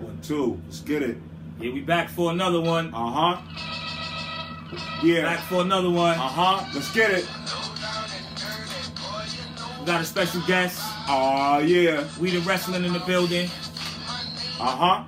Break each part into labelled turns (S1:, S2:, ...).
S1: One, two. Let's get it.
S2: Yeah, we back for another one.
S1: Uh huh.
S2: Back
S1: Yeah.
S2: for another one.
S1: Uh huh. Let's get it.
S2: We got a special guest.
S1: Aw, Uh, yeah.
S2: We the wrestling in the building.
S1: Uh huh.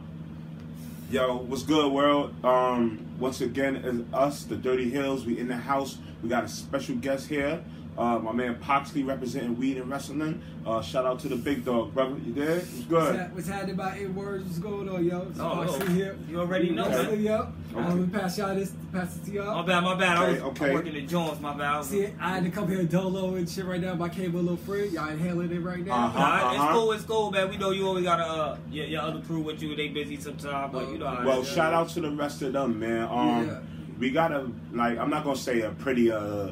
S1: Yo, what's good, world? Um, once again, it's us, the Dirty Hills. We in the house. We got a special guest here. Uh, my man Poxley representing Weed and Wrestling. Uh, shout out to the big dog, brother. You there? What's
S3: What's,
S1: good?
S3: hap- what's happening about eight words? What's going on, yo? It's
S2: Oh,
S3: Oxy
S2: oh,
S3: here.
S2: you already know,
S3: Oxy,
S2: man.
S3: yo.
S1: Okay.
S3: I'm gonna pass y'all this, pass it to y'all.
S2: My bad, my bad. I was
S1: Okay, okay.
S2: I'm working at Jones, my bad. I was-
S3: See, I had to come here dolo and shit right now, but I came with a little friend. Y'all inhaling it right now.
S2: All right,
S1: Uh-huh.
S2: It's cool, it's cool, man. We know you always got to uh, your, your other crew with you. They busy sometimes, but you know. how it
S1: Well,
S2: is.
S1: shout out to the rest of them, man. Um,
S3: Yeah.
S1: we got a like. I'm not gonna say a pretty uh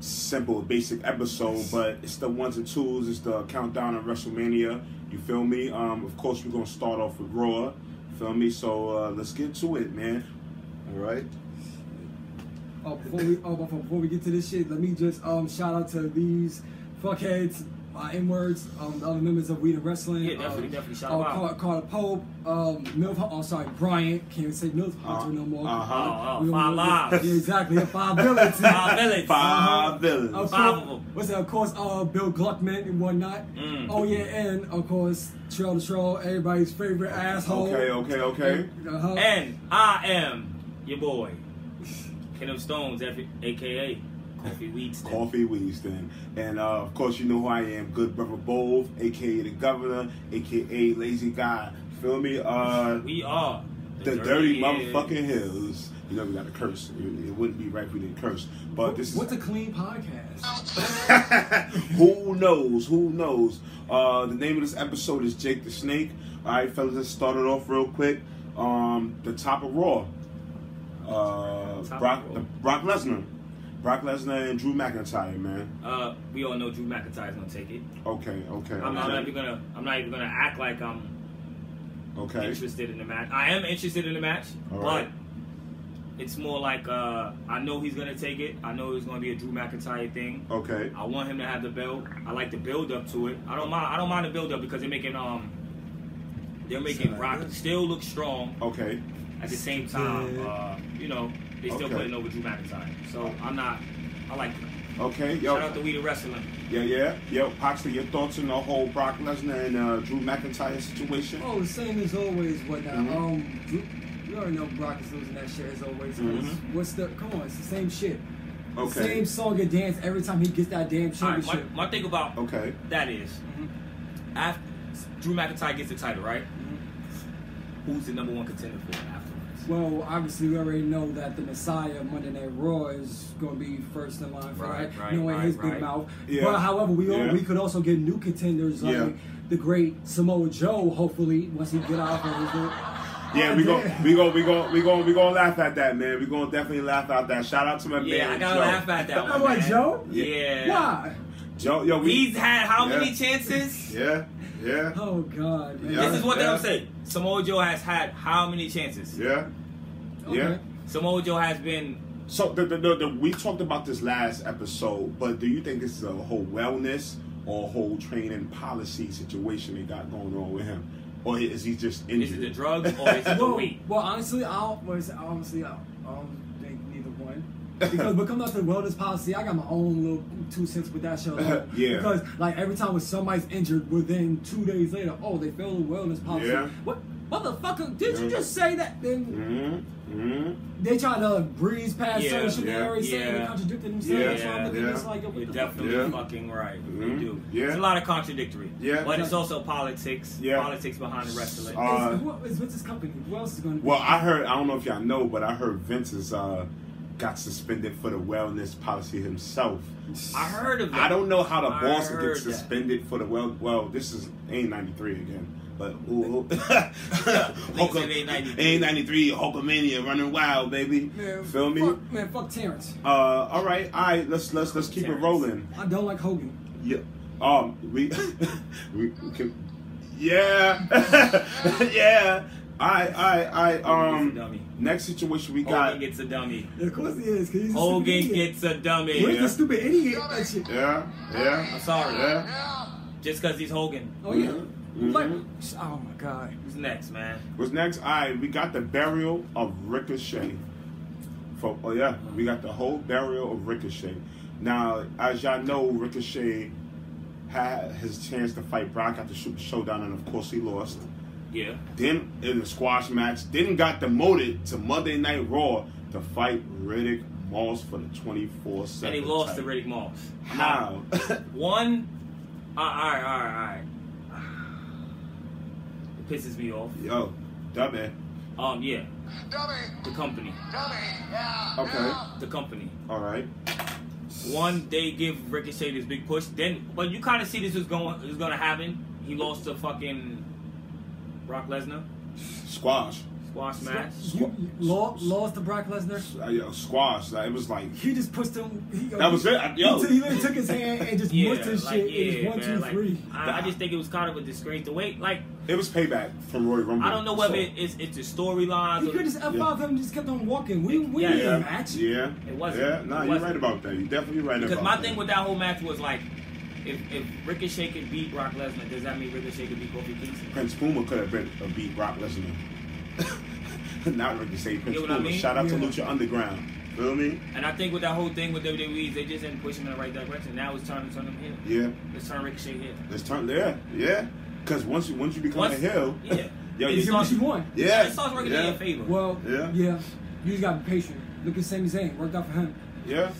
S1: simple, basic episode, but it's the ones and twos. It's the countdown of WrestleMania. You feel me? Um, of course, we're gonna start off with Raw. Feel me? So uh, let's get to it, man. All right.
S3: Oh, before we, oh, before, before we get to this shit, let me just um shout out to these fuckheads, uh, N words, um, the other members of We the Wrestling.
S2: Yeah, definitely,
S3: um,
S2: definitely. Shout
S3: um,
S2: them out.
S3: Car- Carter Pope, um, Milf. I'm oh, sorry, Bryant. Can't say Milf
S1: Uh,
S3: no more.
S1: uh-huh.
S2: Oh, oh,
S3: We don't
S2: five
S3: want to-
S2: lives.
S3: Yeah, exactly. yeah, Five villains.
S2: Five villains.
S1: Five villains.
S3: Of
S2: Five
S3: course,
S2: of 'em.
S3: What's that? Of course, uh, Bill Gluckman and whatnot.
S2: Mm.
S3: Oh yeah, and of course, Trail to Troll, everybody's favorite asshole.
S1: Okay, okay, okay.
S3: Uh-huh.
S2: And I am your boy, Kenneth Stones, every, aka Coffee Weeks.
S1: Coffee Winston. And uh, of course, you know who I am, Good Brother Bove, aka the Governor, aka Lazy Guy. Feel me? Uh,
S2: We are
S1: the dirty
S2: Dirty
S1: motherfucking hills. You know we gotta curse. It, it wouldn't be right if we didn't curse. But Oh, this
S3: What's
S1: is
S3: a clean podcast?
S1: who knows, who knows. Uh, the name of this episode is Jake the Snake. All right, fellas, let's start it off real quick. Um, the top of Raw. Uh,
S2: Top of
S1: Brock,
S2: Raw.
S1: the- Brock Lesnar, Brock Lesnar and Drew McIntyre, man.
S2: Uh, we all know Drew McIntyre's gonna take it.
S1: Okay, okay,
S2: I'm not even
S1: okay.
S2: gonna. I'm not even gonna act like I'm
S1: okay.
S2: interested in the match. I am interested in the match,
S1: All
S2: but
S1: right.
S2: it's more like uh, I know he's gonna take it. I know it's gonna be a Drew McIntyre thing.
S1: Okay.
S2: I want him to have the belt. I like the build up to it. I don't mind. I don't mind the build up because they're making um, they're making
S3: Sound
S2: Brock
S3: good.
S2: still look strong.
S1: Okay.
S2: At the same time,
S3: Yeah.
S2: uh, you know, they still
S1: Okay.
S2: putting over Drew McIntyre. So I'm not. I like. It.
S1: Okay. Yo.
S2: Shout out to We the Wrestling.
S1: Yeah, yeah. Yo, Poxley, your thoughts on the whole Brock Lesnar and uh, Drew McIntyre situation?
S3: Oh, the same as always. Whatnot.
S1: Mhm.
S3: Um, Drew, you already know Brock is losing that shit as always.
S1: Mhm.
S3: What's the? Come on, it's the same shit. The
S1: Okay.
S3: Same song and dance every time he gets that damn
S2: All right,
S3: championship. Mm-hmm.
S2: my, my thing about
S1: Okay.
S2: that is, after Drew McIntyre gets the title, right?
S3: Mm-hmm.
S2: Who's the number one contender for it afterwards?
S3: Well, obviously, we already know that the Messiah of Monday Night Raw is going to be first in line for
S2: Right,
S3: that,
S2: right,
S3: knowing
S2: right,
S3: his
S2: right.
S3: big mouth.
S1: Yeah.
S3: But however, we all,
S1: Yeah.
S3: we could also get new contenders like
S1: Yeah.
S3: the great Samoa Joe. Hopefully, once he get out of his little-
S1: Yeah,
S3: Oh,
S1: we go,
S3: damn.
S1: we go, we go, we go, we gonna laugh at that, man. We gonna definitely laugh at that. Shout out to my
S2: Yeah, I
S1: man.
S2: gotta
S1: Joe.
S2: laugh at that one.
S3: I'm like,
S2: man.
S3: Joe?
S2: Yeah.
S3: Why?
S1: Joe, yo, we.
S2: He's had how
S1: Yeah.
S2: many chances?
S1: Yeah, yeah,
S3: Oh God, man.
S1: Yeah.
S2: This is one thing
S1: Yeah.
S2: I'm saying. Samoa Joe has had how many chances?
S1: yeah,
S3: Okay.
S1: yeah.
S2: Samoa Joe has been
S1: So the, the, the, the, we talked about this last episode, but do you think this is a whole wellness or whole training policy situation they got going on with him, or is he just injured?
S2: is it the drugs or is it the
S3: Well,
S2: weight?
S3: well, honestly, I don't, well, it's- honestly, I don't think neither one. Because when it comes down to the wellness policy, I got my own little two cents with that shit. alone.
S1: Yeah.
S3: Because like every time when somebody's injured, within two days later, oh, they failed the wellness policy.
S1: Yeah.
S3: What motherfucker? Did
S1: Yeah.
S3: you just say that? Then
S1: Mm-hmm. Mm-hmm.
S3: they try to breeze past
S2: Yeah,
S3: certain shit
S1: yeah,
S3: they already said and
S2: yeah.
S3: they contradicted themselves. so I'm
S2: Yeah,
S3: looking
S1: yeah.
S3: just like, yo, what
S2: You're
S3: the fuck?
S2: definitely
S1: Yeah.
S2: fucking right. You
S1: Mhm.
S2: do.
S1: Yeah.
S2: It's a lot of contradictory.
S1: Yeah.
S2: But it's also politics.
S1: Yeah.
S2: Politics behind the wrestling.
S1: Uh,
S3: is, who is with this company? Who else is going to
S1: Well, I heard. I don't know if y'all know, but I heard Vince is, uh, got suspended for the wellness policy himself.
S2: I heard of that.
S1: I don't know how the
S2: I
S1: boss
S2: heard
S1: gets
S2: that.
S1: suspended for the well. Well, this is ain't ninety three again. But ooh, ooh.
S2: it ain't 93.
S1: ain't ninety three. Hulkamania running wild, baby.
S3: Man,
S1: Feel me?
S3: Fuck, man, fuck Terrence.
S1: Uh, all right, all right. Let's let's let's keep
S2: Terrence.
S1: it rolling.
S3: I don't like Hogan.
S1: Yeah. Um. We. we can. Yeah. yeah. I. I. I.
S2: He's a Oh, dummy. Oh,
S1: Um. Next situation we
S2: Hogan
S1: got.
S2: gets a dummy.
S3: Of course he is, 'cause he's a stupid
S2: Hogan
S3: idiot.
S2: gets a
S3: Where's
S2: dummy.
S1: Yeah.
S3: the stupid idiot? That shit.
S1: Yeah. Yeah.
S2: I'm sorry.
S1: Yeah.
S2: Just because he's Hogan.
S3: Oh yeah.
S1: Mhm.
S2: Mm-hmm.
S3: Like, oh my god.
S2: Who's next, man?
S1: What's next? All right, we got the burial of Ricochet. From oh yeah, we got the whole burial of Ricochet. Now, as y'all know, Ricochet had his chance to fight Brock at the Super Showdown, and of course he lost.
S2: Yeah.
S1: Then in the squash match, then got demoted to Monday Night Raw to fight Riddick Moss for the 24/7.
S2: And he lost to
S1: title.
S2: Riddick Moss. I'm out.
S1: How?
S2: One. Uh, all right, all right, all right. It pisses me off.
S1: Yo, eh? that man.
S2: Um, yeah,
S4: Dummy,
S2: the company,
S4: dummy, yeah.
S1: Okay.
S4: yeah.
S2: the company.
S1: All right.
S2: One, they give Ricochet this big push. Then, but you kind of see this is going is going to happen. He lost to fucking Brock Lesnar
S1: Squash.
S2: squash match.
S3: You, you lo- lost to Brock Lesnar.
S1: Uh, yo, squash. Like, it was like
S3: He just pushed him. He,
S1: That was it. I- yo.
S3: He, t- he literally took his hand and just
S2: Yeah,
S3: mushed his
S2: like
S3: shit. It was
S2: yeah,
S3: one, two,
S2: man. Like,
S3: three.
S2: I, I just think it was kind of a disgrace. The way, like,
S1: it was payback from Roy Rumble.
S2: I don't know whether
S1: So-
S2: it, it's it's the storylines.
S3: He
S2: or
S3: could just F5 them and just kept on walking. We, we
S2: Yeah,
S3: didn't
S1: Yeah,
S3: match.
S1: yeah,
S2: It wasn't.
S1: Yeah, no,
S2: It
S1: you're
S2: wasn't.
S1: right about that. You're definitely right
S2: Because
S1: about
S2: my
S1: that.
S2: thing with that whole match was like, if, if Ricochet can beat Brock Lesnar, does that mean Ricochet can beat Kofi Kingston?
S1: Prince Puma could have been a beat Brock Lesnar. Not Ricky say Prince
S2: what I
S1: Puma.
S2: mean?
S1: Shout out to
S3: Yeah.
S1: Lucha Underground. Feel me?
S2: And I think with that whole thing with WWE, is they just didn't push him in the right direction. Now it's time to turn him heel.
S1: Yeah.
S2: Let's turn Ricochet heel.
S1: Let's turn there. Yeah. Because once you once you become
S2: Once-
S1: a hill,
S2: yeah.
S1: yo,
S2: It's
S3: Is
S1: you,
S3: it what you want?
S1: yeah,
S2: It starts working in
S1: yeah,
S2: your favor.
S3: Well,
S1: Yeah.
S3: yeah. You just gotta be patient. Look at Sami Zayn. Worked out for him.
S1: yeah.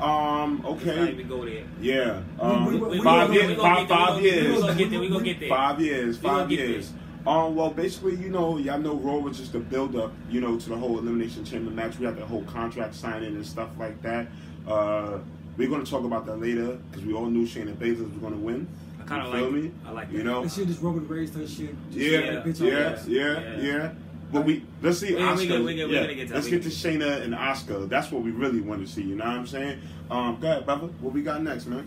S1: Um.
S2: Let's not
S1: Okay.
S2: even go there.
S1: Yeah. Um,
S3: We- we- we-
S1: five
S3: we- we
S1: years.
S2: gonna
S1: Five
S2: get there,
S1: five
S2: we gonna-
S1: years.
S2: We gonna get there. We gonna get there.
S1: Five years,
S2: We gonna
S1: five
S2: get
S1: years. Um, well, basically, you know, y'all know Raw was just a build up, you know, to the whole Elimination Chamber match. We had the whole contract signing and stuff like that. Uh, we're going to talk about that later because we all knew Shayna Baszler was going to win.
S2: I kinda
S1: You feel
S2: like-
S1: me?
S2: I like
S1: You
S2: that.
S1: know?
S3: That shit just Roman Reigns type shit. Just
S1: Yeah,
S3: like,
S1: yeah,
S3: bitch, I'm
S1: yeah,
S3: back.
S1: yeah,
S2: Yeah.
S1: But we let's see
S2: We- we
S1: Oscar.
S2: gonna- we gonna- we
S1: yeah.
S2: gonna get to that.
S1: let's
S2: We
S1: get to
S2: gonna
S1: Shayna and Oscar. That's what we really want to see. You know what I'm saying? Um, go ahead, brother. What we got next, man?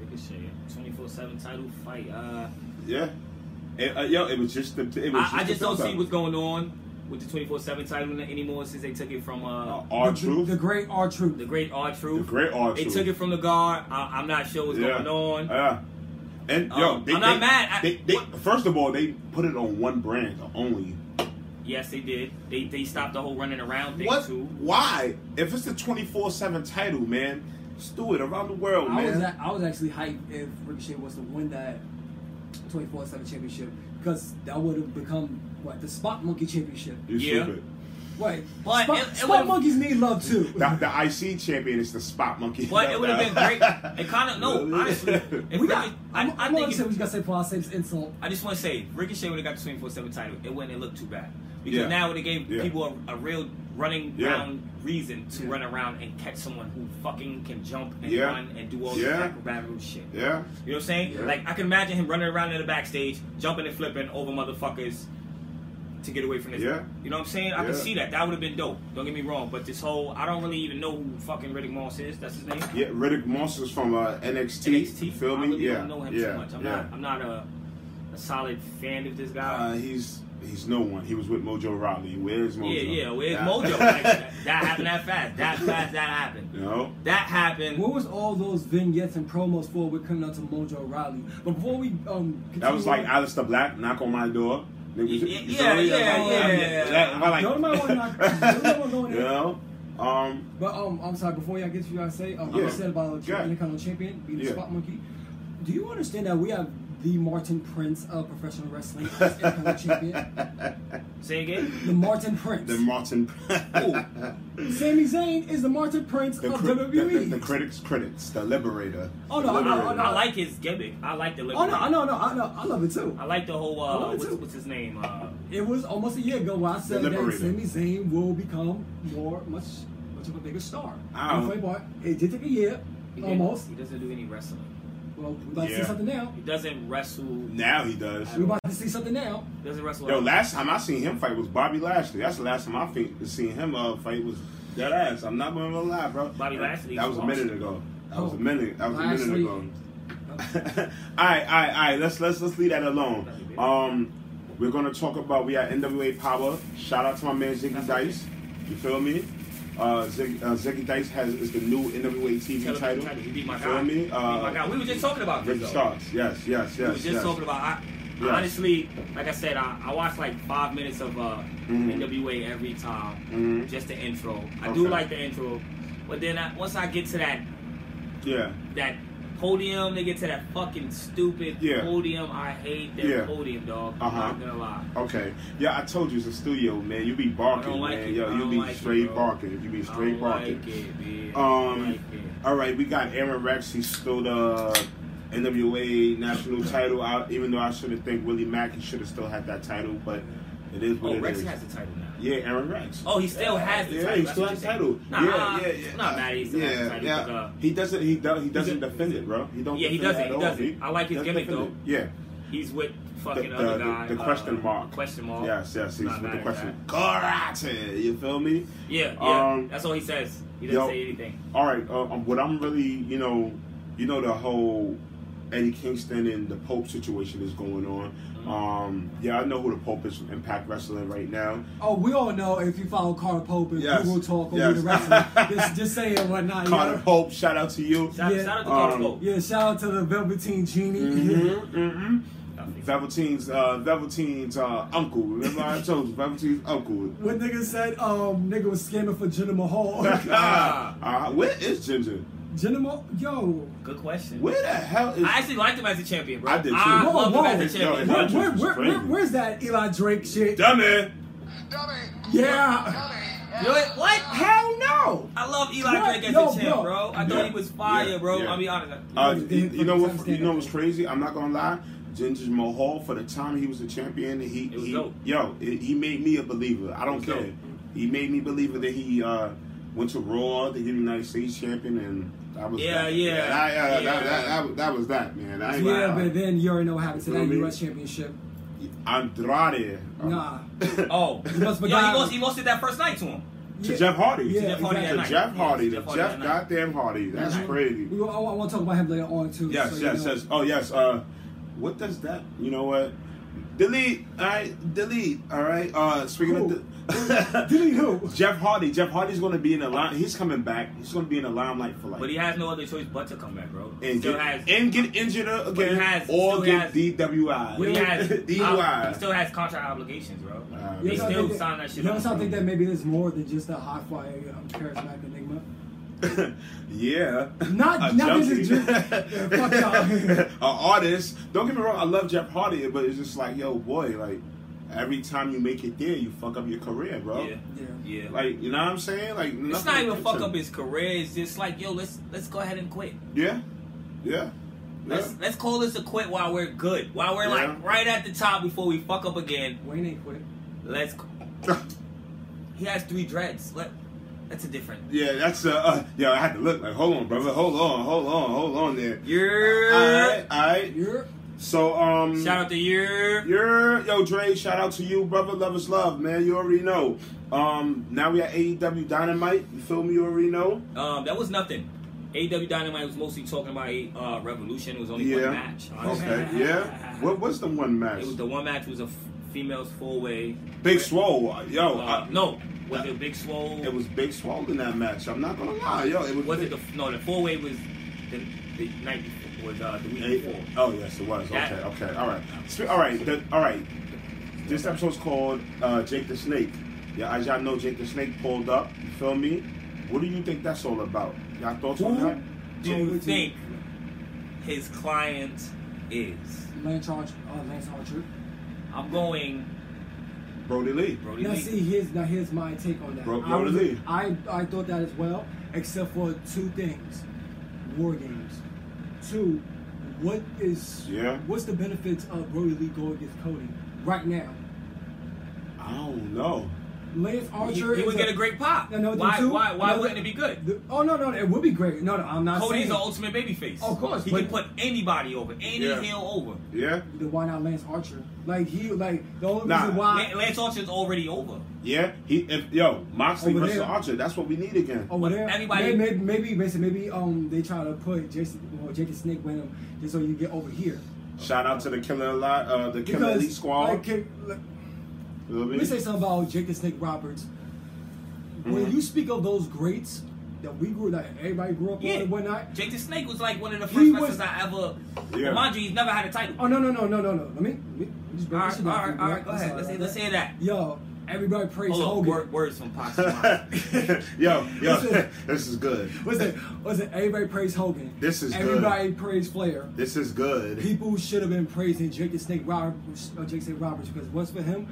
S2: Ricochet, 24 7 title fight. Uh,
S1: Yeah. It, uh, yo, it was just the. It was
S2: I, I
S1: the
S2: just don't see
S1: build-up.
S2: what's going on with the 24 7 title anymore since they took it from uh,
S1: Uh, R
S3: The, the,
S1: Truth.
S3: the great R
S2: the
S3: Truth.
S2: great R Truth.
S1: The great R
S2: They
S1: Truth.
S2: took it from the guard. I, I'm not sure what's going on.
S1: Yeah. And yo,
S2: Um,
S1: they,
S2: I'm not
S1: they-
S2: mad. I-
S1: they, they,
S2: what-
S1: first of all, they put it on one brand only.
S2: Yes, they did. They they stopped the whole running around thing
S1: What?
S2: too.
S1: Why? If it's the twenty four seven title, man, just do it around the world,
S3: I was
S1: Oh, man.
S3: a- I was actually hyped if Ricochet was to win that 24 7 championship because that would have become what the Spot Monkey Championship.
S1: You
S2: Yeah.
S1: stupid.
S3: Right.
S2: But
S3: Spot,
S2: it- it
S3: Spot
S2: would've-
S3: Monkeys need love too.
S1: The, the IC champion is the spot monkey.
S2: But it would have been great. It kind of no,
S1: Really?
S2: honestly. If
S3: we got,
S2: Ricochet-
S3: I'm,
S2: I, I
S3: I'm
S2: think.
S3: upset
S2: if-
S3: what you gotta say for our safe insult.
S2: I just want to say Ricochet would have got the 24 seven title. It wouldn't have looked too bad because
S1: Yeah.
S2: now it would have gave
S1: Yeah.
S2: people a, a real running
S1: Yeah.
S2: round reason to
S3: Yeah.
S2: run around and catch someone who fucking can jump and
S1: Yeah.
S2: run and do all this
S1: Yeah.
S2: acrobatic shit.
S1: Yeah.
S2: You know what I'm saying?
S1: Yeah.
S2: Like I can imagine him running around in the backstage, jumping and flipping over motherfuckers to get away from this.
S1: Yeah.
S2: You know what I'm saying? I
S1: Yeah.
S2: can see that. That would have been dope. Don't get me wrong, but this whole I don't really even know who fucking Riddick Moss is. That's his name.
S1: Yeah, Riddick Moss is from uh, NXT.
S2: NXT.
S1: Feel
S2: I
S1: me?
S2: really
S1: yeah.
S2: don't know him
S1: yeah.
S2: too much. I'm
S1: yeah.
S2: not. I'm not a, a solid fan of this
S1: Uh,
S2: guy.
S1: he's he's no one. He was with Mojo Rawley. Where's Mojo?
S2: yeah, yeah. Where's
S1: Nah.
S2: Mojo? Like, that, that happened that fast. That fast. That happened.
S1: You know?
S2: That happened.
S3: What was all those vignettes and promos for? We're coming out to Mojo Riley. But before we um, continue
S1: That was like
S3: on-
S1: Alistair Black, knock on my door. Niggas-
S2: Yeah,
S1: you feel me?
S2: yeah,
S1: That's all-
S3: yeah,
S1: I mean,
S2: yeah.
S1: that- if I like-
S3: Don't nobody wanna knock- don't nobody wanna
S1: You know? Um,
S3: But um, I'm sorry. Before y'all get to what I say, um,
S1: Yeah.
S3: I said about
S1: Yeah.
S3: the Intercontinental Champion being
S1: Yeah.
S3: the spot monkey. Do you understand that we have the Martin Prince of professional wrestling as Intercontinental Champion?
S2: Say again.
S3: The Martin Prince.
S1: the Martin,
S3: Oh. Sammy Zayn is the Martin Prince
S1: the,
S3: of
S1: cri- the,
S3: WWE.
S1: the, the critics, critics, the Liberator.
S3: E. Oh,
S1: The
S3: no, I- I-
S1: Liberator.
S3: Oh, no.
S2: I like his gimmick. I like the.
S3: oh no, I
S2: Liberator.
S3: know, no, I know, I love it too.
S2: I like the whole.
S3: I
S2: Uh,
S3: love it
S2: what's,
S3: too.
S2: what's his name? Uh,
S3: It was almost a year ago where I said
S1: The
S3: that
S1: Liberator.
S3: Sami Zayn will become more, much, much of a bigger star.
S1: Ow.
S3: And for a part, It did take a year,
S2: he didn't-
S3: almost.
S2: He doesn't do any wrestling.
S3: Well, we about to
S1: Yeah.
S3: see something now.
S2: He doesn't wrestle.
S1: Now he does.
S3: We about to see something now.
S2: Doesn't wrestle.
S1: Yo,
S2: at-
S1: last time I seen him fight was Bobby Lashley. That's the last time I fe- seen him uh, fight was that ass. I'm not gonna lie, bro.
S2: Bobby Lashley
S1: That was a
S2: lost.
S1: minute ago. That was a
S3: Oh,
S1: minute. That was a minute
S3: Lashley.
S1: ago. all right, all right, all right. Let's let's let's leave that alone. Um, we're gonna talk about we are NWA Power. Shout out to my man Ziggy Dice. You feel me? Uh, Zig, uh, Ziggy Dice has is the new NWA TV
S2: Television
S1: title.
S2: title. He beat my
S1: You
S2: guy.
S1: Feel
S2: He
S1: me?
S2: beat
S1: Uh,
S2: Oh my guy. We were just talking about this.
S1: Ricky
S2: though.
S1: Starks. Yes, yes,
S2: We
S1: yes.
S2: were just
S1: yes.
S2: talking about. I,
S1: Yes.
S2: Honestly, like I said, I, I watch like five minutes of uh,
S1: Mhm.
S2: NWA every time,
S1: Mhm.
S2: just the intro. I do
S1: Okay.
S2: like the intro, but then I, once I get to that
S1: Yeah.
S2: that podium, they get to that fucking stupid
S1: Yeah.
S2: podium. I hate that
S1: Yeah.
S2: podium, dog.
S1: Uh-huh.
S2: I'm not gonna lie.
S1: Okay. Yeah, I told you it's a studio, man. You be barking,
S2: I don't like
S1: man.
S2: it.
S1: Yo,
S2: I
S1: you
S2: don't
S1: be
S2: like it,
S1: straight
S2: bro.
S1: barking. You be straight
S2: I don't
S1: barking.
S2: Like it, man. I don't
S1: Um,
S2: like it.
S1: all right, we got Aaron Rex. uh, He's still the NWA national title. I, even though I shouldn't think Willie Mack, he should have still had that title, but it is what
S2: Oh,
S1: it
S2: Rex
S1: is.
S2: has the title now.
S1: yeah, Aaron Rex.
S2: Oh, he still has the
S1: yeah,
S2: title.
S1: he
S2: That's
S1: still
S2: what
S1: has the
S2: you're
S1: title.
S2: saying. Nah,
S1: yeah, yeah, yeah.
S2: I'm not mad he still has the
S1: yeah,
S2: title, but,
S1: yeah.
S2: uh,
S1: He doesn't. He does. He doesn't defend it, bro. He don't.
S2: Yeah, he
S1: defend
S2: doesn't,
S1: It
S2: he
S1: at all.
S2: doesn't. I like his
S1: doesn't
S2: gimmick,
S1: defend
S2: though.
S1: it. Yeah.
S2: He's with fucking
S1: the,
S2: other
S1: the-
S2: guy.
S1: the
S2: uh,
S1: question mark.
S2: Question mark.
S1: Yes, yes, he's
S2: Oh,
S1: with
S2: Not
S1: the
S2: bad at
S1: question. Karate, you feel me?
S2: Yeah, yeah.
S1: Um,
S2: That's all he says. He doesn't
S1: yo.
S2: say anything.
S1: All right, uh, um, what I'm really, you know, you know the whole Eddie Kingston and the Pope situation is going on. Um, yeah, I know who the Pope is from Impact Wrestling right now.
S3: Oh, we all know if you follow Carter Pope and
S1: Yes.
S3: Google Talk or
S1: Yes.
S3: the wrestling, just, just saying whatnot. you
S1: Carter
S3: know?
S1: Pope, shout out to you.
S2: Shout,
S3: Yeah.
S2: shout out to Coach
S1: Um,
S2: Pope.
S3: Yeah, shout out to the Velveteen Genie.
S1: Mm-hmm, mm-hmm.
S2: Nothing.
S1: Velveteen's, uh, Velveteen's uh, uncle. Remember I told you, Velveteen's uncle.
S3: What nigga said, um, nigga was scamming for Jinder Mahal.
S1: uh, where is Ginger?
S3: Jinder Mahal, yo,
S2: Good question.
S1: Where the hell is?
S2: I actually liked him as a champion, bro.
S1: I did,
S2: I
S1: too.
S2: loved
S3: Whoa,
S2: him
S3: whoa.
S2: as a
S1: Yo,
S2: champion.
S1: it's-
S3: where,
S1: That
S3: where,
S1: shit's
S3: where,
S1: crazy.
S3: where, where's that Eli Drake shit?
S1: Dummy.
S3: Yeah.
S2: Yo, what?
S3: Hell no.
S2: I love Eli
S3: What?
S2: Drake as
S3: Yo,
S2: a champ,
S3: bro.
S2: bro. I thought
S1: Yeah.
S2: he was fire,
S1: Yeah.
S2: bro.
S1: Yeah.
S2: I'll be honest.
S1: Uh,
S3: Yeah,
S1: you, you know what?
S3: fucking
S1: You know
S3: stand-up.
S1: what's crazy? I'm not gonna lie. Ginger Mahal, for the time he was the champion, he,
S2: It was
S1: he
S2: dope.
S1: yo, it, he made me a believer. I don't
S2: was
S1: care.
S2: dope.
S1: He made me believer that he uh, went to Raw to get United States champion, and that was
S2: Yeah,
S1: that.
S2: yeah,
S1: that, that-
S2: yeah.
S1: That, that, that, was- that was that man. That ain't
S3: Yeah,
S1: my-
S3: but then you already know what happened to
S1: You know
S3: that
S1: what I mean?
S3: U.S. Championship.
S1: Andrade, uh,
S3: Nah.
S2: Oh,
S3: You must
S2: yo, he
S3: forgot-
S2: lost, he lost it that first night to him.
S1: to
S3: Yeah.
S1: Jeff Hardy,
S3: Yeah,
S1: to Jeff Hardy,
S2: exactly.
S1: to Jeff
S2: Yeah,
S1: Hardy,
S2: to
S1: to
S2: Jeff Hardy
S1: Jeff
S2: that night.
S1: goddamn Hardy. That's
S2: night.
S1: crazy.
S3: We, will- I, want to talk about him later on too.
S1: Yes,
S3: so you
S1: yes,
S3: know.
S1: yes. Oh, yes. Uh, what does that? You know what? Delete. All right, delete. All right. Uh, speaking
S3: Who?
S1: of
S3: Did he who?
S1: Jeff Hardy. Jeff Hardy's going to be in the line. He's coming back. He's going to be in the limelight for like.
S2: But he has no other choice but to come back, bro.
S1: and
S2: still
S1: get,
S2: has.
S1: and get injured again,
S2: has-
S1: or
S2: still
S1: get
S2: has-
S1: DWI.
S2: but he has. uh, he
S1: DUI.
S2: still has contract obligations, bro.
S1: Uh,
S2: They
S3: You also
S2: still
S3: think
S2: sign that shit
S3: You
S2: up.
S3: also think that maybe there's more than just a hot fire um, charismatic enigma.
S1: yeah.
S3: Not-
S1: a
S3: not
S1: junkie.
S3: just a junkie. Yeah, fuck y'all.
S1: A artist. Don't get me wrong. I love Jeff Hardy, but it's just like, yo, boy, like every time you make it there, you fuck up your career, bro.
S2: Yeah,
S3: Yeah.
S2: yeah.
S1: Like, you know what I'm saying? Like,
S2: it's
S1: nothing
S2: not even
S1: against
S2: fuck
S1: him.
S2: up his career. It's just like, yo, let's let's go ahead and quit.
S1: Yeah, yeah, yeah.
S2: Let's let's call this a quit while we're good. While we're
S1: Yeah.
S2: like right at the top before we fuck up again.
S3: Wayne ain't quit.
S2: Let's. He has three dreads. Let, that's a different.
S1: yeah, that's uh, uh, yo. I had to look like, hold on, brother, hold on, hold on, hold on there.
S2: Year.
S1: All right, all right.
S3: You're
S1: So, um,
S2: Shout out to year.
S1: You're, yo, Dre, shout out to you, brother. Love is love, man. You already know. Um, now we at AEW Dynamite. You feel me? You already know.
S2: Um, that was nothing. AW Dynamite was mostly talking about uh, Revolution. It was only
S1: Yeah.
S2: one match. honestly.
S1: Okay. Yeah. What was the one match?
S2: It was the one match was a f- females four way.
S1: Big Swole.
S3: Oh,
S1: Yo,
S2: Uh,
S1: I-
S2: no, was it Big Swole?
S1: It was Big Swole in that match. I'm not gonna lie, yo. It was.
S2: Was it the no? The four way was the, the night before, was uh, the week
S1: Eight-
S2: before.
S1: Oh yes, it was.
S2: Yeah.
S1: Okay, okay, all right, Sp- all right, the, all right. This episode's called uh, Jake the Snake. Yeah, as y'all know, Jake the Snake pulled up. You feel me? What do you think that's all about? Y'all thoughts on
S3: Who?
S1: that?
S2: Do
S3: Oh,
S2: you
S3: it's-
S2: think his client is?
S3: Lance Archer. Uh, Lance Archer.
S2: I'm going
S1: Brody Lee.
S2: Brody
S3: Now
S2: Lee.
S3: see, here's now here's my take on that.
S1: Bro-
S3: I, was-
S1: Brody Lee.
S3: I I thought that as well, except for two things: war games. Two, what is
S1: Yeah.
S3: What's the benefits of Brody Lee going against Cody right now?
S1: I don't know.
S3: Lance
S2: he,
S3: Archer.
S2: he
S3: is
S2: would get a great pop.
S3: No, no, the
S2: why?
S3: two-
S2: why? Why
S3: no,
S2: wouldn't
S3: the-
S2: it be good?
S3: the- oh no, no, it would be great. No, no, I'm not
S2: Cody's
S3: saying. Oh,
S2: the ultimate babyface.
S3: Of course,
S2: he
S3: but-
S2: can put anybody over, any
S1: Yeah.
S2: heel over.
S1: Yeah,
S3: Then why not Lance Archer? Like he, like the only
S1: Nah.
S3: reason why.
S2: Lan- Lance Archer's already over.
S1: yeah. He, if, yo, Moxley
S3: Over
S1: versus
S3: there.
S1: Archer. That's what we need again.
S3: Over there,
S2: Everybody-
S3: maybe, maybe, maybe, maybe, um, they try to put Jason, well, Jake the Snake with him, just so you get over here.
S1: Shout out to the Killer Lot, uh, the Killer Elite
S3: Because,
S1: Squad.
S3: like, can- like,
S1: You know what I
S3: let
S1: mean?
S3: me say something about Jake the Snake Roberts. when
S1: Mhm.
S3: you speak of those greats that we grew, that everybody grew up on
S2: Yeah.
S3: and whatnot,
S2: Jake the Snake was like one of the
S3: He
S2: first
S3: was-
S2: wrestlers I ever.
S1: Yeah.
S2: Mind you, he's never had a title.
S3: Oh no no no no no no. Let me, let me
S2: all
S3: just break this
S2: right, all
S3: shit down for
S2: right,
S3: you,
S2: all
S3: bro.
S2: right. Go
S3: I'm
S2: ahead.
S3: sorry,
S2: Let's hear,
S3: bro.
S2: let's hear that.
S3: Yo, everybody praise
S2: Hold on.
S3: Hogan.
S2: Word, words from Pac's mouth.
S1: yo, yo,
S3: Listen.
S1: this is good.
S3: What's that? What's that? Everybody praise Hogan.
S1: This is good.
S3: everybody praise Flair.
S1: This is good.
S3: People should have been praising Jake the Snake Roberts, uh, Jake the Snake Roberts, because what's for him?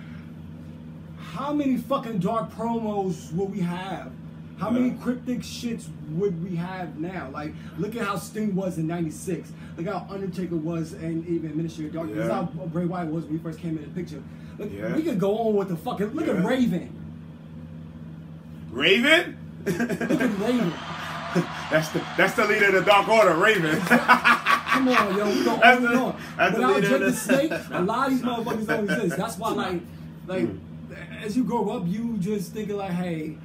S3: How many fucking dark promos would we have? How many
S1: Yeah.
S3: cryptic shits would we have now? Like, look at how Sting was in '96. Look how Undertaker was, and even Ministry of Darkness. Look
S1: Yeah.
S3: how Bray Wyatt was when we first came in the picture. Look,
S1: Yeah.
S3: we could go on with the fucking. Look at
S1: Yeah.
S3: Raven.
S1: Raven?
S3: Look at Raven.
S1: that's the that's the leader of the Dark Order, Raven.
S3: Come on, yo, we go
S1: That's
S3: on and
S1: the-
S3: on.
S1: that's the
S3: Without
S1: leader
S3: Jake
S1: of
S3: the
S1: the-
S3: Snake, a lot of these motherfuckers don't exist. That's why, like, like as you grow up, you just thinking like, hey,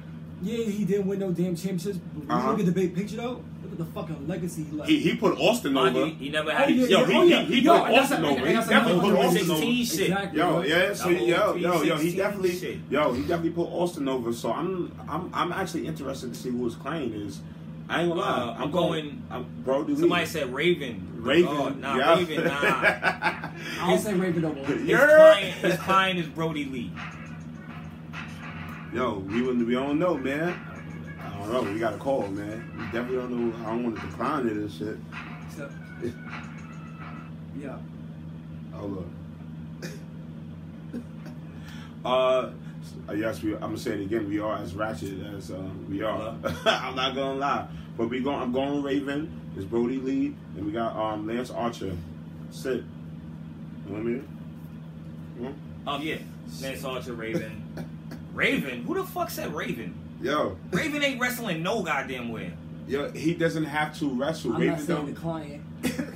S3: yeah, he didn't win no damn championships. But when you
S1: Uh-huh.
S3: look at the big picture though, look at the fucking legacy he left.
S1: he, he put Austin
S2: Mind you,
S1: over.
S2: he never
S3: Oh,
S2: had.
S3: yeah,
S2: a
S1: Yo, he,
S3: oh, yeah.
S1: he, he
S3: Yo,
S1: put
S3: and that's
S1: Austin
S3: a-
S1: over.
S3: and
S1: He
S3: that's
S1: definitely
S3: another
S1: put
S3: one.
S1: Austin over.
S2: 2016 shit.
S3: Exactly.
S1: Yo,
S3: bro.
S1: yeah, so
S2: That
S1: yo,
S2: whole
S1: yo, yo, he
S2: 316
S1: definitely,
S2: shit.
S1: yo, he definitely put Austin over. So I'm, I'm, I'm actually interested to see who his claim is. I ain't gonna lie,
S2: Uh, I'm going-
S1: I'm, bro. Do
S2: Somebody
S1: we-
S2: said Raven.
S1: Raven,
S2: Oh, nah,
S1: yeah.
S2: Raven, nah.
S3: I don't say Raven no more.
S2: His
S1: You're-
S2: client, his client is Brody Lee.
S1: Yo, we wouldn't, we don't know, man. I don't know. We got a call, man. We definitely don't know. I don't want to decline it and shit.
S3: So, yeah.
S1: Hold up. uh, yes, we. I'm gonna say it again. We are as ratchet as um, we are.
S3: Uh-huh.
S1: I'm not gonna lie, but we going. I'm going Raven. It's Brody Lee, and we got um Lance Archer. Sit. You know what I mean? Hmm?
S3: Mm-hmm.
S2: Oh yeah, Lance Archer, Raven. Raven? Who the fuck said Raven?
S1: Yo,
S2: Raven ain't wrestling no goddamn where.
S1: yo, he doesn't have to wrestle.
S3: I'm not
S1: Raven
S3: saying the
S1: don't.
S3: client.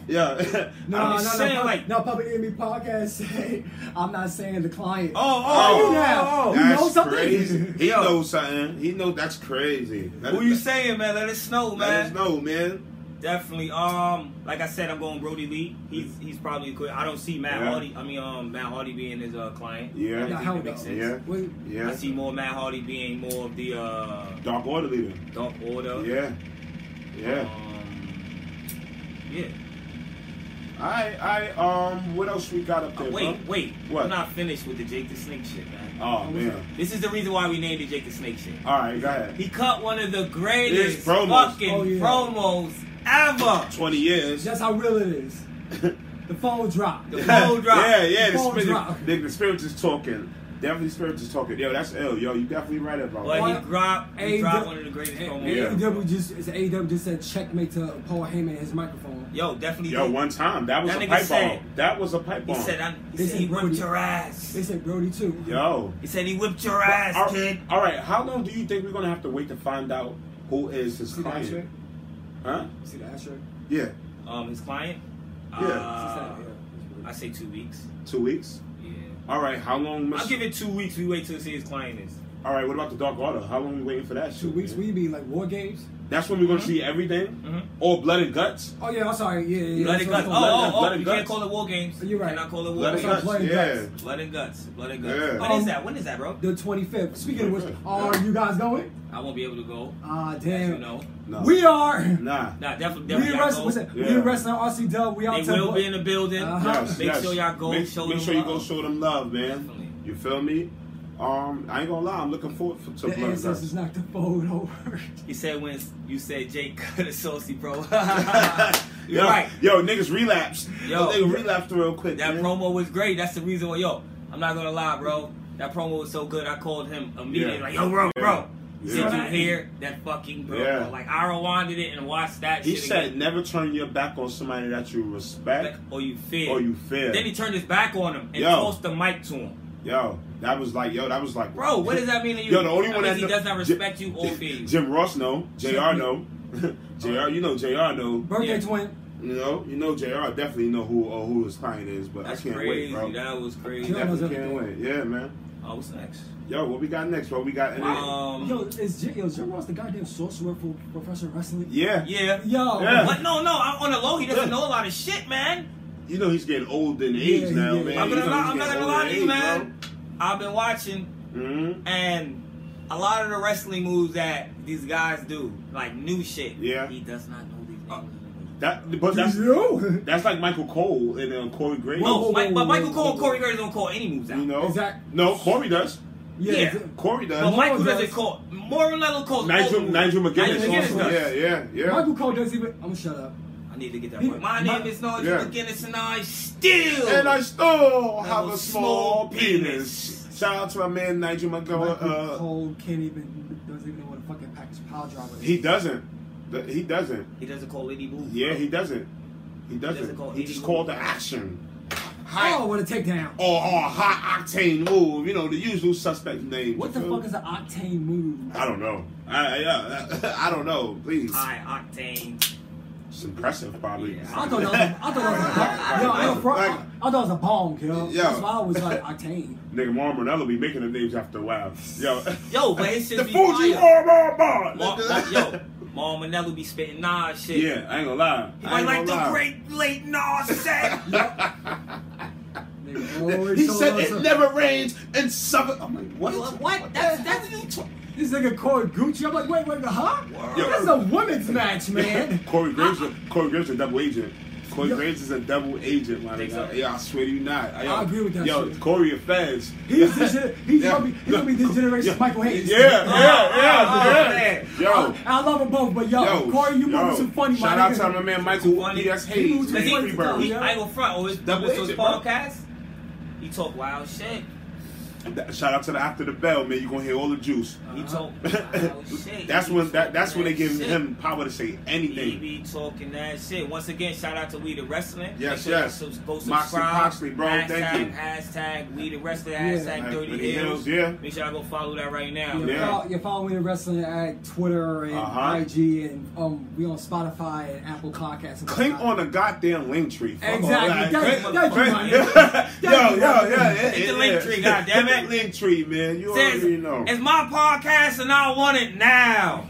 S1: Yeah.
S3: No,
S2: I'm
S3: no,
S2: just
S3: no,
S2: saying,
S3: no,
S2: like-
S3: like, no. Public Enemy podcast. Say, I'm not saying the client.
S2: Oh, oh,
S1: Oh,
S2: oh,
S3: yeah.
S2: oh,
S3: You know
S1: That's
S3: something?
S1: crazy. He
S2: Yo.
S1: knows something. He knows that's crazy.
S2: oh.
S1: Let
S2: Who
S1: us-
S2: you saying, man? Let us know,
S1: Let us
S2: man.
S1: know, man.
S2: Definitely. Um, like I said, I'm going Brody Lee. He's he's probably good. I don't see Matt
S1: Yeah.
S2: Hardy. I mean, um, Matt Hardy being his uh, client.
S1: Yeah.
S2: That
S3: Nah,
S2: doesn't
S3: hell
S2: make
S3: no.
S2: sense.
S1: Yeah.
S3: Wait,
S1: Yeah.
S2: I see more Matt Hardy being more of the uh,
S1: Dark Order leader.
S2: Dark Order.
S1: Yeah. Yeah.
S2: Um, yeah.
S1: I I um what else we got up there?
S2: uh, Oh, Wait,
S1: bro?
S2: wait.
S1: What?
S2: We're not finished with the Jake the Snake shit, man.
S1: Oh man.
S2: This is the reason why we named it Jake the Snake shit.
S1: All right, go ahead.
S2: He cut one of the greatest
S1: It's promos.
S2: fucking
S3: Oh, yeah.
S2: promos ever.
S1: Twenty years.
S3: That's how real it is. The phone dropped.
S2: The phone drop.
S1: Yeah, yeah. The
S3: Phone
S1: spirit,
S3: drop.
S1: the, the spirit is talking. Definitely, spirit is talking. Yo, that's ill. Yo, you definitely right about
S2: But
S1: that.
S2: he dropped, he
S3: A-
S2: dropped one of the greatest promos.
S1: Yeah.
S2: ever.
S3: AEW just it's AEW just said checkmate to Paul Heyman and his microphone.
S2: Yo, definitely.
S1: Yo,
S2: did.
S1: one time that was
S2: That
S1: a
S2: nigga
S1: pipe
S2: said-
S1: bomb. That was a pipe
S2: he
S1: bomb.
S2: said, i he
S3: This
S2: said he
S3: is
S2: whipped
S3: Brody.
S2: your ass.
S3: They said Brody too.
S1: Yo.
S2: He said he whipped your ass,
S1: All-
S2: kid.
S1: All right. How long do you think we're gonna have to wait to find out who is his
S3: See the ashtray?
S1: client? Huh?
S3: See the ashtray?
S1: Yeah.
S2: Um, his client.
S1: Yeah.
S2: Uh,
S3: It's just that, yeah.
S2: I say two weeks.
S1: Two weeks.
S2: Yeah.
S1: All right. How long?
S2: I'll
S1: Must,
S2: give it two weeks. We wait till see his client is.
S1: all right. What about the Dark Order? How long we waiting for that?
S3: Two
S1: shit,
S3: weeks.
S1: man?
S3: We mean like war games.
S1: That's when we're gonna see everything.
S2: Mhm.
S1: All blood and guts.
S3: Oh yeah, I'm sorry. Yeah, yeah.
S2: Blood
S3: that's
S2: and
S3: what
S2: guts.
S3: it's
S2: Oh,
S3: called.
S1: Blood
S2: oh,
S1: and-
S2: oh.
S1: blood and
S2: you can't
S1: guts.
S2: call it war games.
S3: You're right.
S2: Cannot call it war
S1: Blood and
S2: games.
S3: Blood
S1: guts.
S3: and
S1: Yeah.
S3: guts. Um,
S2: Blood and guts. Blood and guts.
S1: Yeah.
S2: When is that? When is that, bro?
S3: The 25th. Speaking of which,
S1: 25th,
S3: are
S1: yeah.
S3: you guys going?
S2: I won't be able to go.
S3: Ah,
S2: As you
S3: damn.
S2: know.
S1: No.
S3: We are.
S1: Nah.
S2: Nah, definitely.
S3: We
S2: definitely
S3: wrestling.
S2: y'all
S3: What's
S2: go.
S3: that?
S1: Yeah.
S3: We wrestling RC Dub. We out.
S2: They
S3: to-
S2: will be in the building.
S3: Uh-huh.
S1: Yes,
S2: Make
S1: yes.
S2: sure y'all go
S1: Make,
S2: show
S1: make
S2: them uh,
S1: sure you
S2: love.
S1: go show them love, man.
S2: Definitely.
S1: You feel me? Um, I ain't gonna lie. I'm looking forward for, to
S3: The
S1: blood and guts.
S3: ancestors knocked the phone over.
S2: He said when you said Jake cut a saucy, bro. You're
S1: Yo,
S2: right.
S1: yo, niggas relapsed.
S2: Yo.
S1: Yo, nigga relapsed real quick.
S2: That
S1: man.
S2: promo was great. That's the reason why, yo, I'm not gonna lie, bro. That promo was so good. I called him immediately,
S1: Yeah.
S2: like, yo, bro,
S1: Yeah.
S2: bro.
S1: Yeah.
S2: Did you hear that fucking promo?
S1: Yeah.
S2: Like, I rewinded it and watched that
S1: He
S2: shit
S1: said,
S2: again.
S1: "Never turn your back on somebody that you respect
S2: Like, or you fear.
S1: or you fear."
S2: Then he turned his back on him and
S1: Yo.
S2: tossed the mic to him.
S1: Yo, that was like, yo, that was like,
S2: Bro, what does that mean to you?
S1: Yo, the only
S2: That
S1: one
S2: means
S1: that
S2: he
S1: kno-
S2: does not
S1: J-
S2: respect you or fear you.
S1: Jim Ross know, Jr. know, Jr. You know, Jr. know,
S3: Birthday
S2: Yeah.
S3: twin.
S1: you know, you know, Jr. definitely know who uh, who his client is, but
S2: That's
S1: I can't
S2: crazy.
S1: wait, bro.
S2: That was
S1: I
S2: crazy.
S3: Jim-
S1: definitely can't wait. Yeah, man.
S2: Oh, what's next?
S1: Yo, what we got next? What we got? Any-
S2: Um,
S3: Yo, is Jim, yo, Jim Ross the goddamn sorcerer for professional wrestling?
S1: yeah,
S2: yeah.
S3: Yo.
S1: Yeah.
S2: What? No, no. I'm on the low. He doesn't
S1: Yeah.
S2: know a lot of shit, man.
S1: You know he's getting old in
S3: Yeah,
S1: age
S3: he
S1: now,
S3: getting-
S1: man.
S2: I'm
S1: You
S2: gonna
S1: know
S2: lie.
S1: he's
S2: I'm not
S1: getting old
S2: gonna lie
S1: in
S2: to you,
S1: age,
S2: man. I've been watching
S1: bro. Mhm.
S2: and a lot of the wrestling moves that these guys do, like new shit.
S1: Yeah.
S2: He does not know these
S1: Uh,
S2: names.
S1: That, but that's
S3: you.
S1: that's like Michael Cole and um, Corey Graves.
S2: Whoa,
S3: whoa,
S2: Mike-
S3: whoa,
S2: but
S3: whoa,
S2: Michael
S3: whoa,
S2: Cole and
S3: whoa.
S2: Corey Graves don't call any moves out.
S1: you know.
S3: Exact-
S1: No, Corey does.
S3: Yeah.
S2: Yeah.
S3: th-
S1: Corey does.
S2: But Michael
S3: Morales-
S2: doesn't call. Morello calls.
S1: Nigel
S2: all-
S1: Nigel McGuinness.
S2: Nigel McGuinness
S1: also.
S2: does.
S1: Yeah, yeah, yeah.
S3: Michael Cole doesn't even. I'm gonna shut up.
S2: I need to get that
S3: He-
S2: right. My
S3: my-
S2: name is Nigel
S1: Yeah.
S2: McGuinness, and I still.
S1: And I still
S2: Have
S1: have
S2: a
S1: a small
S2: small
S1: penis. Shout out to my man Nigel McGuinness.
S3: Michael
S1: Uh,
S3: Cole can't even doesn't even know what a fucking package pile driver is.
S1: he doesn't. Th- He doesn't.
S2: he doesn't call any moves.
S1: Yeah,
S2: bro.
S1: he doesn't. He
S2: doesn't
S1: doesn't.
S2: call
S1: He just
S2: any
S1: called the
S2: moves.
S1: action. High
S3: oh, what a takedown!
S1: or, or high octane move. You know the usual suspect name.
S3: What the fuck is an octane move?
S1: I don't know. I I, I don't know. Please,
S2: High octane.
S1: it's impressive, probably.
S2: Yeah.
S3: I thought that was a, I thought that was a, yo, I, ain't front- I, I thought that was a bomb, yo.
S1: Yo.
S3: That's why I was like octane.
S1: Nigga, Mark Brunello be making the names after a while. Yo,
S2: Yo, but it should
S1: the
S2: be
S1: Fuji
S2: fire.
S1: Mar Mar Mar.
S2: Mar- Mar- yo, Mar Manello be spitting Nas shit.
S1: Yeah, I ain't gonna lie.
S2: He
S1: I
S2: might
S1: ain't
S2: like the
S1: gonna lie.
S2: great late Nas said.
S3: Nigga, oh, always
S1: He
S3: showing
S1: said
S3: us
S1: it
S3: up.
S1: never rains in summer. I'm like, what?
S2: What? what? That's that's
S3: This nigga called Gucci. I'm like, wait, wait, huh?
S1: Yo.
S3: This is a women's match, man.
S1: Corey Graves, Corey Graves is a double agent. Corey
S3: Yo.
S1: Graves is a double agent, my
S2: Think
S1: nigga.
S2: so?
S1: Yeah, I swear to you not. Yo,
S3: I agree with that
S1: Yo,
S3: shit.
S1: Corey a fez.
S3: He's the shit- he's gonna be- he's gonna be this generation's Michael Hayes.
S1: Yeah, yeah, yeah,
S2: Oh,
S1: yeah.
S2: man.
S1: Yo,
S3: I, I love them both, but yo,
S1: yo,
S3: Corey, you
S1: yo.
S3: moving too funny,
S1: Shout
S3: my
S1: out
S3: nigga.
S1: to my man Michael
S2: funny.
S1: P.S.
S3: He
S1: Hayes,
S3: moved
S1: man,
S2: Cause he,
S3: funny,
S1: Freebird.
S3: bro.
S2: he, I ain't gonna front. Oh, his,
S1: Double
S2: his
S1: agent, bro.
S2: podcast. He talk wild shit.
S1: That- Shout out to the after the bell, man. You gonna hear all the juice.
S2: He
S3: Uh-huh.
S2: talk wild shit.
S1: that's
S2: He
S1: when
S2: be
S1: that that's when they
S2: talking
S1: give
S2: that
S1: him power to say
S2: shit. He
S1: anything.
S2: be talking that shit. Once again, shout out to We the Wrestling.
S1: Yes,
S2: Make sure
S1: yes.
S2: you sub- Go
S1: Moxie
S2: subscribe.
S1: Moxley, bro,
S2: Hashtag,
S1: thank you.
S2: Hashtag We the Wrestling.
S3: Yeah.
S2: Hashtag
S1: Like,
S2: Dirty
S1: with the
S2: Hills.
S1: yeah.
S2: Make sure I go follow that right now.
S3: You're,
S1: Yeah.
S3: follow, you're following the wrestling at Twitter and
S1: Uh-huh.
S3: IG, and um, we on Spotify and Apple Podcasts. and
S1: Click
S3: whatnot.
S1: on the goddamn link tree. Fuck
S3: Exactly.
S1: all that.
S3: Thank-
S1: Click-
S2: thank you,
S1: click-
S2: man.
S1: Yo, yo, yeah, yeah.
S2: Hit
S1: yeah,
S2: the link
S1: yeah.
S2: tree,
S1: Hit
S2: goddamn it.
S1: the link tree, man. You
S2: Says,
S1: already know.
S2: it's my podcast and I want it now.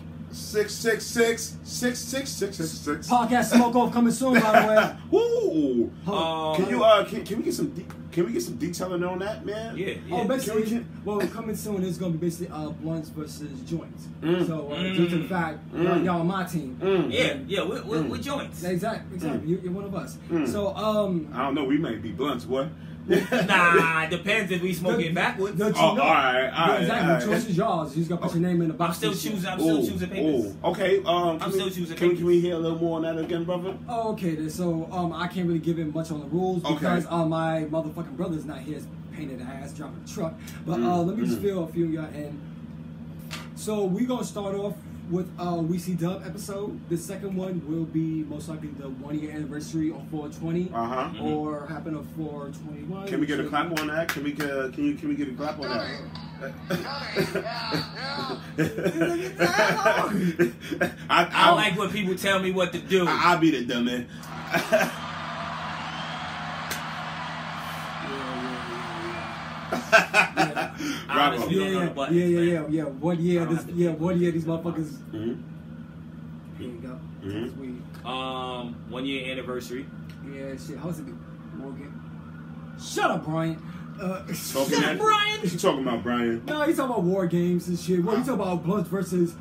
S1: 666 666
S3: Podcast Smoke Off coming soon, by the way.
S1: Ooh.
S3: Huh.
S2: Um,
S1: Can you uh can, can we get some de- can we get some detailing on that, man?
S2: Yeah. yeah.
S3: Oh,
S1: Can we
S3: basically,
S1: get-
S3: well, coming soon is going to be basically uh, blunts versus joints.
S1: Mm.
S3: So, uh, due to the
S2: Mm.
S3: fact
S1: Mm.
S3: y'all, y'all on my team,
S1: Mm.
S2: Yeah, yeah, we're, we're,
S3: Mm.
S2: we're joints.
S3: exactly, exactly,
S1: Mm.
S3: you, you're one of us.
S1: Mm.
S3: So, um,
S1: I don't know, we might be blunts, boy.
S2: Nah, depends if we smoke
S3: The-
S2: it backwards.
S3: the-
S1: Oh, all right, all right. all
S3: exactly,
S1: right. Oh.
S3: choice is yours. You just got to put your name in the
S2: I'm
S3: box.
S2: still
S3: and shit.
S2: choosing. I'm
S1: Ooh,
S2: still choosing papers.
S1: ooh. Okay, um, can we-
S2: still choosing
S1: Can, we-
S2: papers.
S1: can we hear a little more on that again, brother?
S3: Oh, okay, then, so um, I can't really give him much on the rules
S1: Okay.
S3: because uh, my motherfucking brother's not here. He's painted ass, driving a truck. But uh,
S1: Mm,
S3: let me just
S1: mm.
S3: fill a few of y'all in. So we're going to start off with uh, We See Dub episode. The second one will be most likely the one year anniversary of 420
S1: Uh huh.
S2: Mhm.
S3: or happen of 421.
S1: Can we get a clap on that? Can we get a, can you can we get a clap on
S4: yeah,
S1: that? I,
S2: I
S1: I,
S2: don't like when people tell me what to do.
S1: I, I'll be the dummy.
S3: Yeah, yeah,
S1: Bravo.
S2: Honestly, You
S3: yeah,
S2: don't know
S3: yeah,
S2: the
S3: yeah,
S2: buttons,
S3: yeah, yeah, yeah, yeah,
S2: man.
S3: yeah. One year,
S2: I don't
S3: this,
S2: have to-
S3: yeah, one year, these motherfuckers.
S1: Mhm.
S3: Here you go.
S1: Mhm.
S3: This week.
S2: Um, one year anniversary.
S3: Yeah, shit. How's it been? Morgan? Shut up, Brian. Uh,
S1: Talking
S2: Shut up,
S1: that-
S2: Brian.
S1: What you talking about, Brian?
S3: no, he's talking about war games and shit. What you talking about? Blunt versus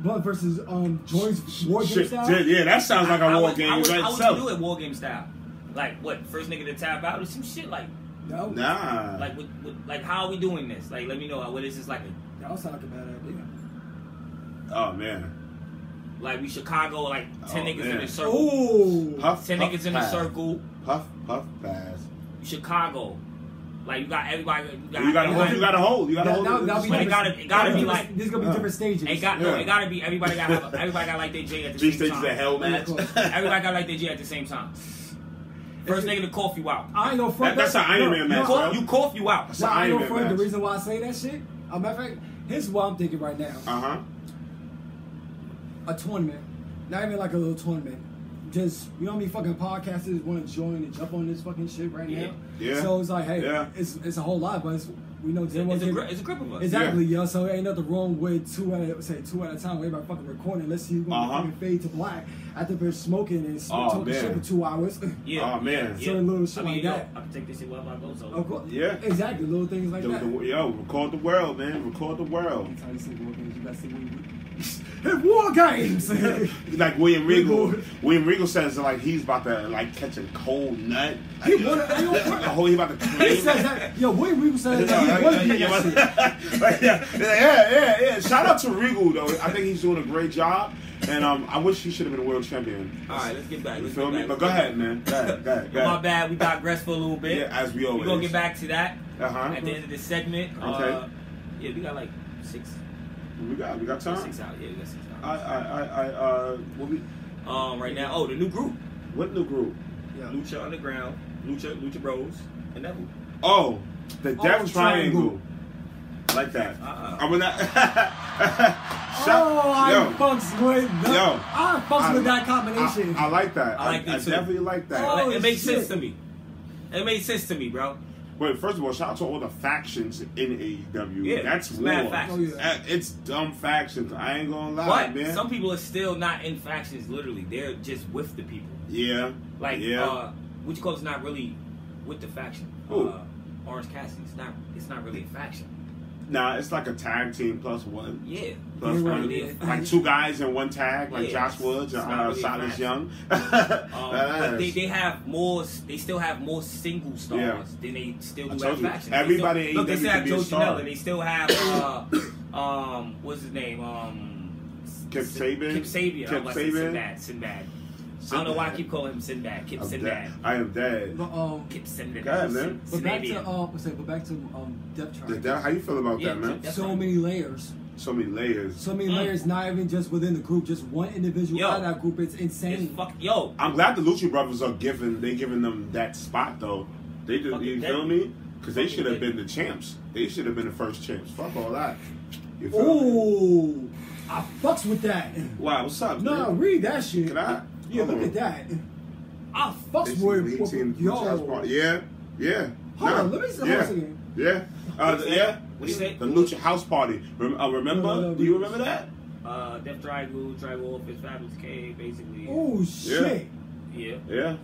S3: blunt versus um Joyce war game
S1: Shit,
S3: style.
S1: yeah, yeah, that sounds like a war
S2: would-
S1: game
S2: I would,
S1: right
S2: I would
S1: itself.
S2: do it war game style. Like what? First nigga to tap out or some shit like
S3: No, no.
S1: Nah.
S2: like what, what, like how are we doing this? Like let me know. What is this like? A,
S3: That sound like a bad idea.
S1: oh man.
S2: like we Chicago like ten
S1: Oh,
S2: niggas
S1: man.
S2: in a circle.
S3: Oh,
S1: Puff,
S2: Ten
S1: puff,
S2: niggas in a
S1: pass.
S2: circle.
S1: Puff, puff, pass.
S2: Chicago. Like you got everybody. You got,
S1: You gotta hold. You gotta hold. You gotta
S3: That-
S1: hold.
S3: that- that'll be
S2: But it
S3: different-
S2: gotta- it gotta
S3: that'll
S2: be
S3: different-
S2: like-
S3: there's gonna be
S1: Yeah.
S3: different stages.
S2: It got no.
S1: Yeah.
S2: It gotta be everybody got have a- everybody got like their J at the
S1: Three
S2: same
S1: stages
S2: time.
S1: of hell match.
S3: course.
S2: Everybody got like their J at the same time. First nigga to cough you out.
S3: I ain't no front.
S1: That- that's an Iron
S3: no,
S1: Man
S3: no,
S1: match,
S2: You
S1: bro.
S2: cough, you cough you out.
S1: That's
S3: No,
S1: an
S3: I ain't
S1: Iron
S3: no
S1: Man
S3: front. The
S1: match.
S3: reason why I say that shit, a matter of fact, here's what I'm thinking right now.
S1: Uh huh.
S3: a tournament. Not even like a little tournament. Just you know how many fucking podcasters want to join and jump on this fucking shit right
S2: Yeah.
S3: now.
S1: Yeah.
S3: So it's like, hey,
S1: Yeah.
S3: it's it's a whole lot, but it's We know
S2: It's a,
S3: Tim was
S2: gr- it's a group of us.
S3: Exactly, yo. So ain't nothing wrong with two at a, say two at a time. Where everybody fucking recording. Let's see who's gonna
S1: Uh-huh.
S3: fucking fade to black after they're smoking and sm-
S1: Oh,
S3: talking
S1: man.
S3: shit for two hours.
S2: Yeah.
S1: Oh, man.
S2: Yeah.
S3: Certain little shit
S2: I mean,
S3: like
S2: yo,
S3: that.
S2: I can take this shit wherever I go. So.
S3: of course,
S1: Yeah.
S3: exactly. Little things like
S1: The-
S3: that.
S1: the- yo, record the world, man. Record the world.
S3: I'm tired of sleeping with games. You gotta sleep with- Hey, war games. he
S1: Like William Regal.
S3: Regal.
S1: William Regal says like he's about to like catch a cold nut. Like,
S3: He wanna- he wanna-
S1: the whole he about to claim.
S3: says that. Yo, William Regal says
S1: Yeah,
S3: that. He was getting that shit.
S1: yeah, yeah, yeah, yeah. Shout out to Regal though. I think he's doing a great job, and um, I wish he should have been a world champion.
S2: All right, let's get back.
S1: You
S2: let's
S1: feel
S2: get
S1: me?
S2: back.
S1: But go ahead, man. Go ahead, go ahead, go
S2: My
S1: ahead.
S2: bad. We digress for a little bit.
S1: Yeah, as we
S2: We're
S1: always.
S2: gonna get back to that
S1: Uh huh.
S2: at the end of this segment. Uh,
S1: Okay.
S2: yeah, we got like six,
S1: We got, we got time.
S2: six out. Yeah, we got six
S1: I, I,
S2: out.
S1: I, I uh, what we,
S2: Um, right now, oh, the new group,
S1: what new group?
S3: Yo.
S2: Lucha Underground, Lucha, Lucha Bros, and Neville.
S1: Oh, the
S3: Oh,
S1: Death Triangle.
S3: Triangle.
S1: Like that.
S2: Uh-uh.
S1: I would not.
S3: Oh, I
S1: Yo.
S3: fucks with that.
S1: Yo.
S3: I fucks with that combination.
S1: I, I like that.
S2: I
S1: I,
S2: like
S1: like
S2: that
S1: I,
S2: too.
S1: definitely like that.
S3: Oh,
S2: Like, it makes
S3: shit.
S2: sense to me. It made sense to me, bro.
S1: Wait, first of all, shout out to all the factions in AEW.
S2: Yeah,
S1: That's
S2: it's
S1: war.
S2: mad factions.
S3: Oh, yeah.
S1: Uh, It's dumb factions. I ain't gonna lie,
S2: But
S1: man.
S2: some people are still not in factions. Literally, they're just with the people.
S1: yeah,
S2: Like,
S1: yeah.
S2: uh, which club's not really with the faction?
S1: Who?
S2: Uh, Orange Cassidy. It's not. It's not really a faction.
S1: nah, it's like a tag team plus one.
S2: Yeah.
S1: Plus
S3: You're
S1: one.
S3: right, yeah.
S1: Like two guys in one tag, like
S2: Yeah,
S1: Josh Woods
S2: it's
S1: and
S2: not
S1: uh,
S2: really a
S1: Silas
S2: faction.
S1: Young.
S2: Um,
S1: Yes.
S2: but they, they have more. s- They still have more single stars
S1: Yeah.
S2: than they still
S1: I
S2: do
S1: told
S2: have
S1: you,
S2: factions.
S1: everybody
S2: they
S1: in
S2: still, look,
S1: AEW
S2: they
S1: can
S2: still have
S1: be a
S2: Joe
S1: star.
S2: Janela. They still have uh, um, what's his name? Um,
S1: Kip
S2: S-
S1: Sabian?
S2: Kip Sabian. I
S1: Kip
S2: was like
S1: Sabian?
S2: Sinbad. Sinbad. I don't know why I keep calling him Sinbad. Kip
S1: I'm
S2: Sinbad.
S1: dead. I am dead.
S3: But um,
S2: Kip Sinbad.
S1: Go ahead, man.
S3: but back to
S2: Sinbadian.
S3: um, say, but back to um, Death
S1: The
S3: Triangle.
S1: death- how you feel about
S2: Yeah,
S1: that, man?
S2: Death
S3: so
S2: Triangle.
S3: many layers.
S1: So many layers.
S3: So many
S2: Mm.
S3: layers, not even just within the group, just one individual
S2: Yo.
S3: out of that group. It's
S2: It's
S3: insane.
S2: fuck, yo,
S1: I'm glad the Lucci brothers are giving they giving them that spot though. They just
S2: Fucking
S1: you
S2: dead.
S1: feel me? Because they
S2: Fucking
S1: should have been
S2: dead.
S1: the champs. They should have been the first champs. Fuck all that. You feel me?
S3: Ooh, I fucks with that.
S1: Wow, what's up?
S3: No,
S1: man?
S3: read that shit.
S1: Can I?
S3: Yeah,
S1: Hold
S3: look
S1: on.
S3: at that.
S2: I
S3: Fucks
S1: They should
S3: with,
S1: be team
S3: with
S1: franchise part.
S3: yo.
S1: Yeah, yeah.
S3: Hold
S1: nah,
S3: on, let me see the
S1: yeah.
S3: house again.
S1: Yeah, uh,
S2: What'd you say?
S1: yeah.
S2: What'd you say?
S1: The Lucha House Party. Rem- uh, remember?
S3: No, no, no,
S1: Do you
S3: we-
S1: remember that?
S2: uh, Death Triangle, Triangle, Fist Fabulous K, basically.
S3: Oh shit.
S2: Yeah.
S1: Yeah.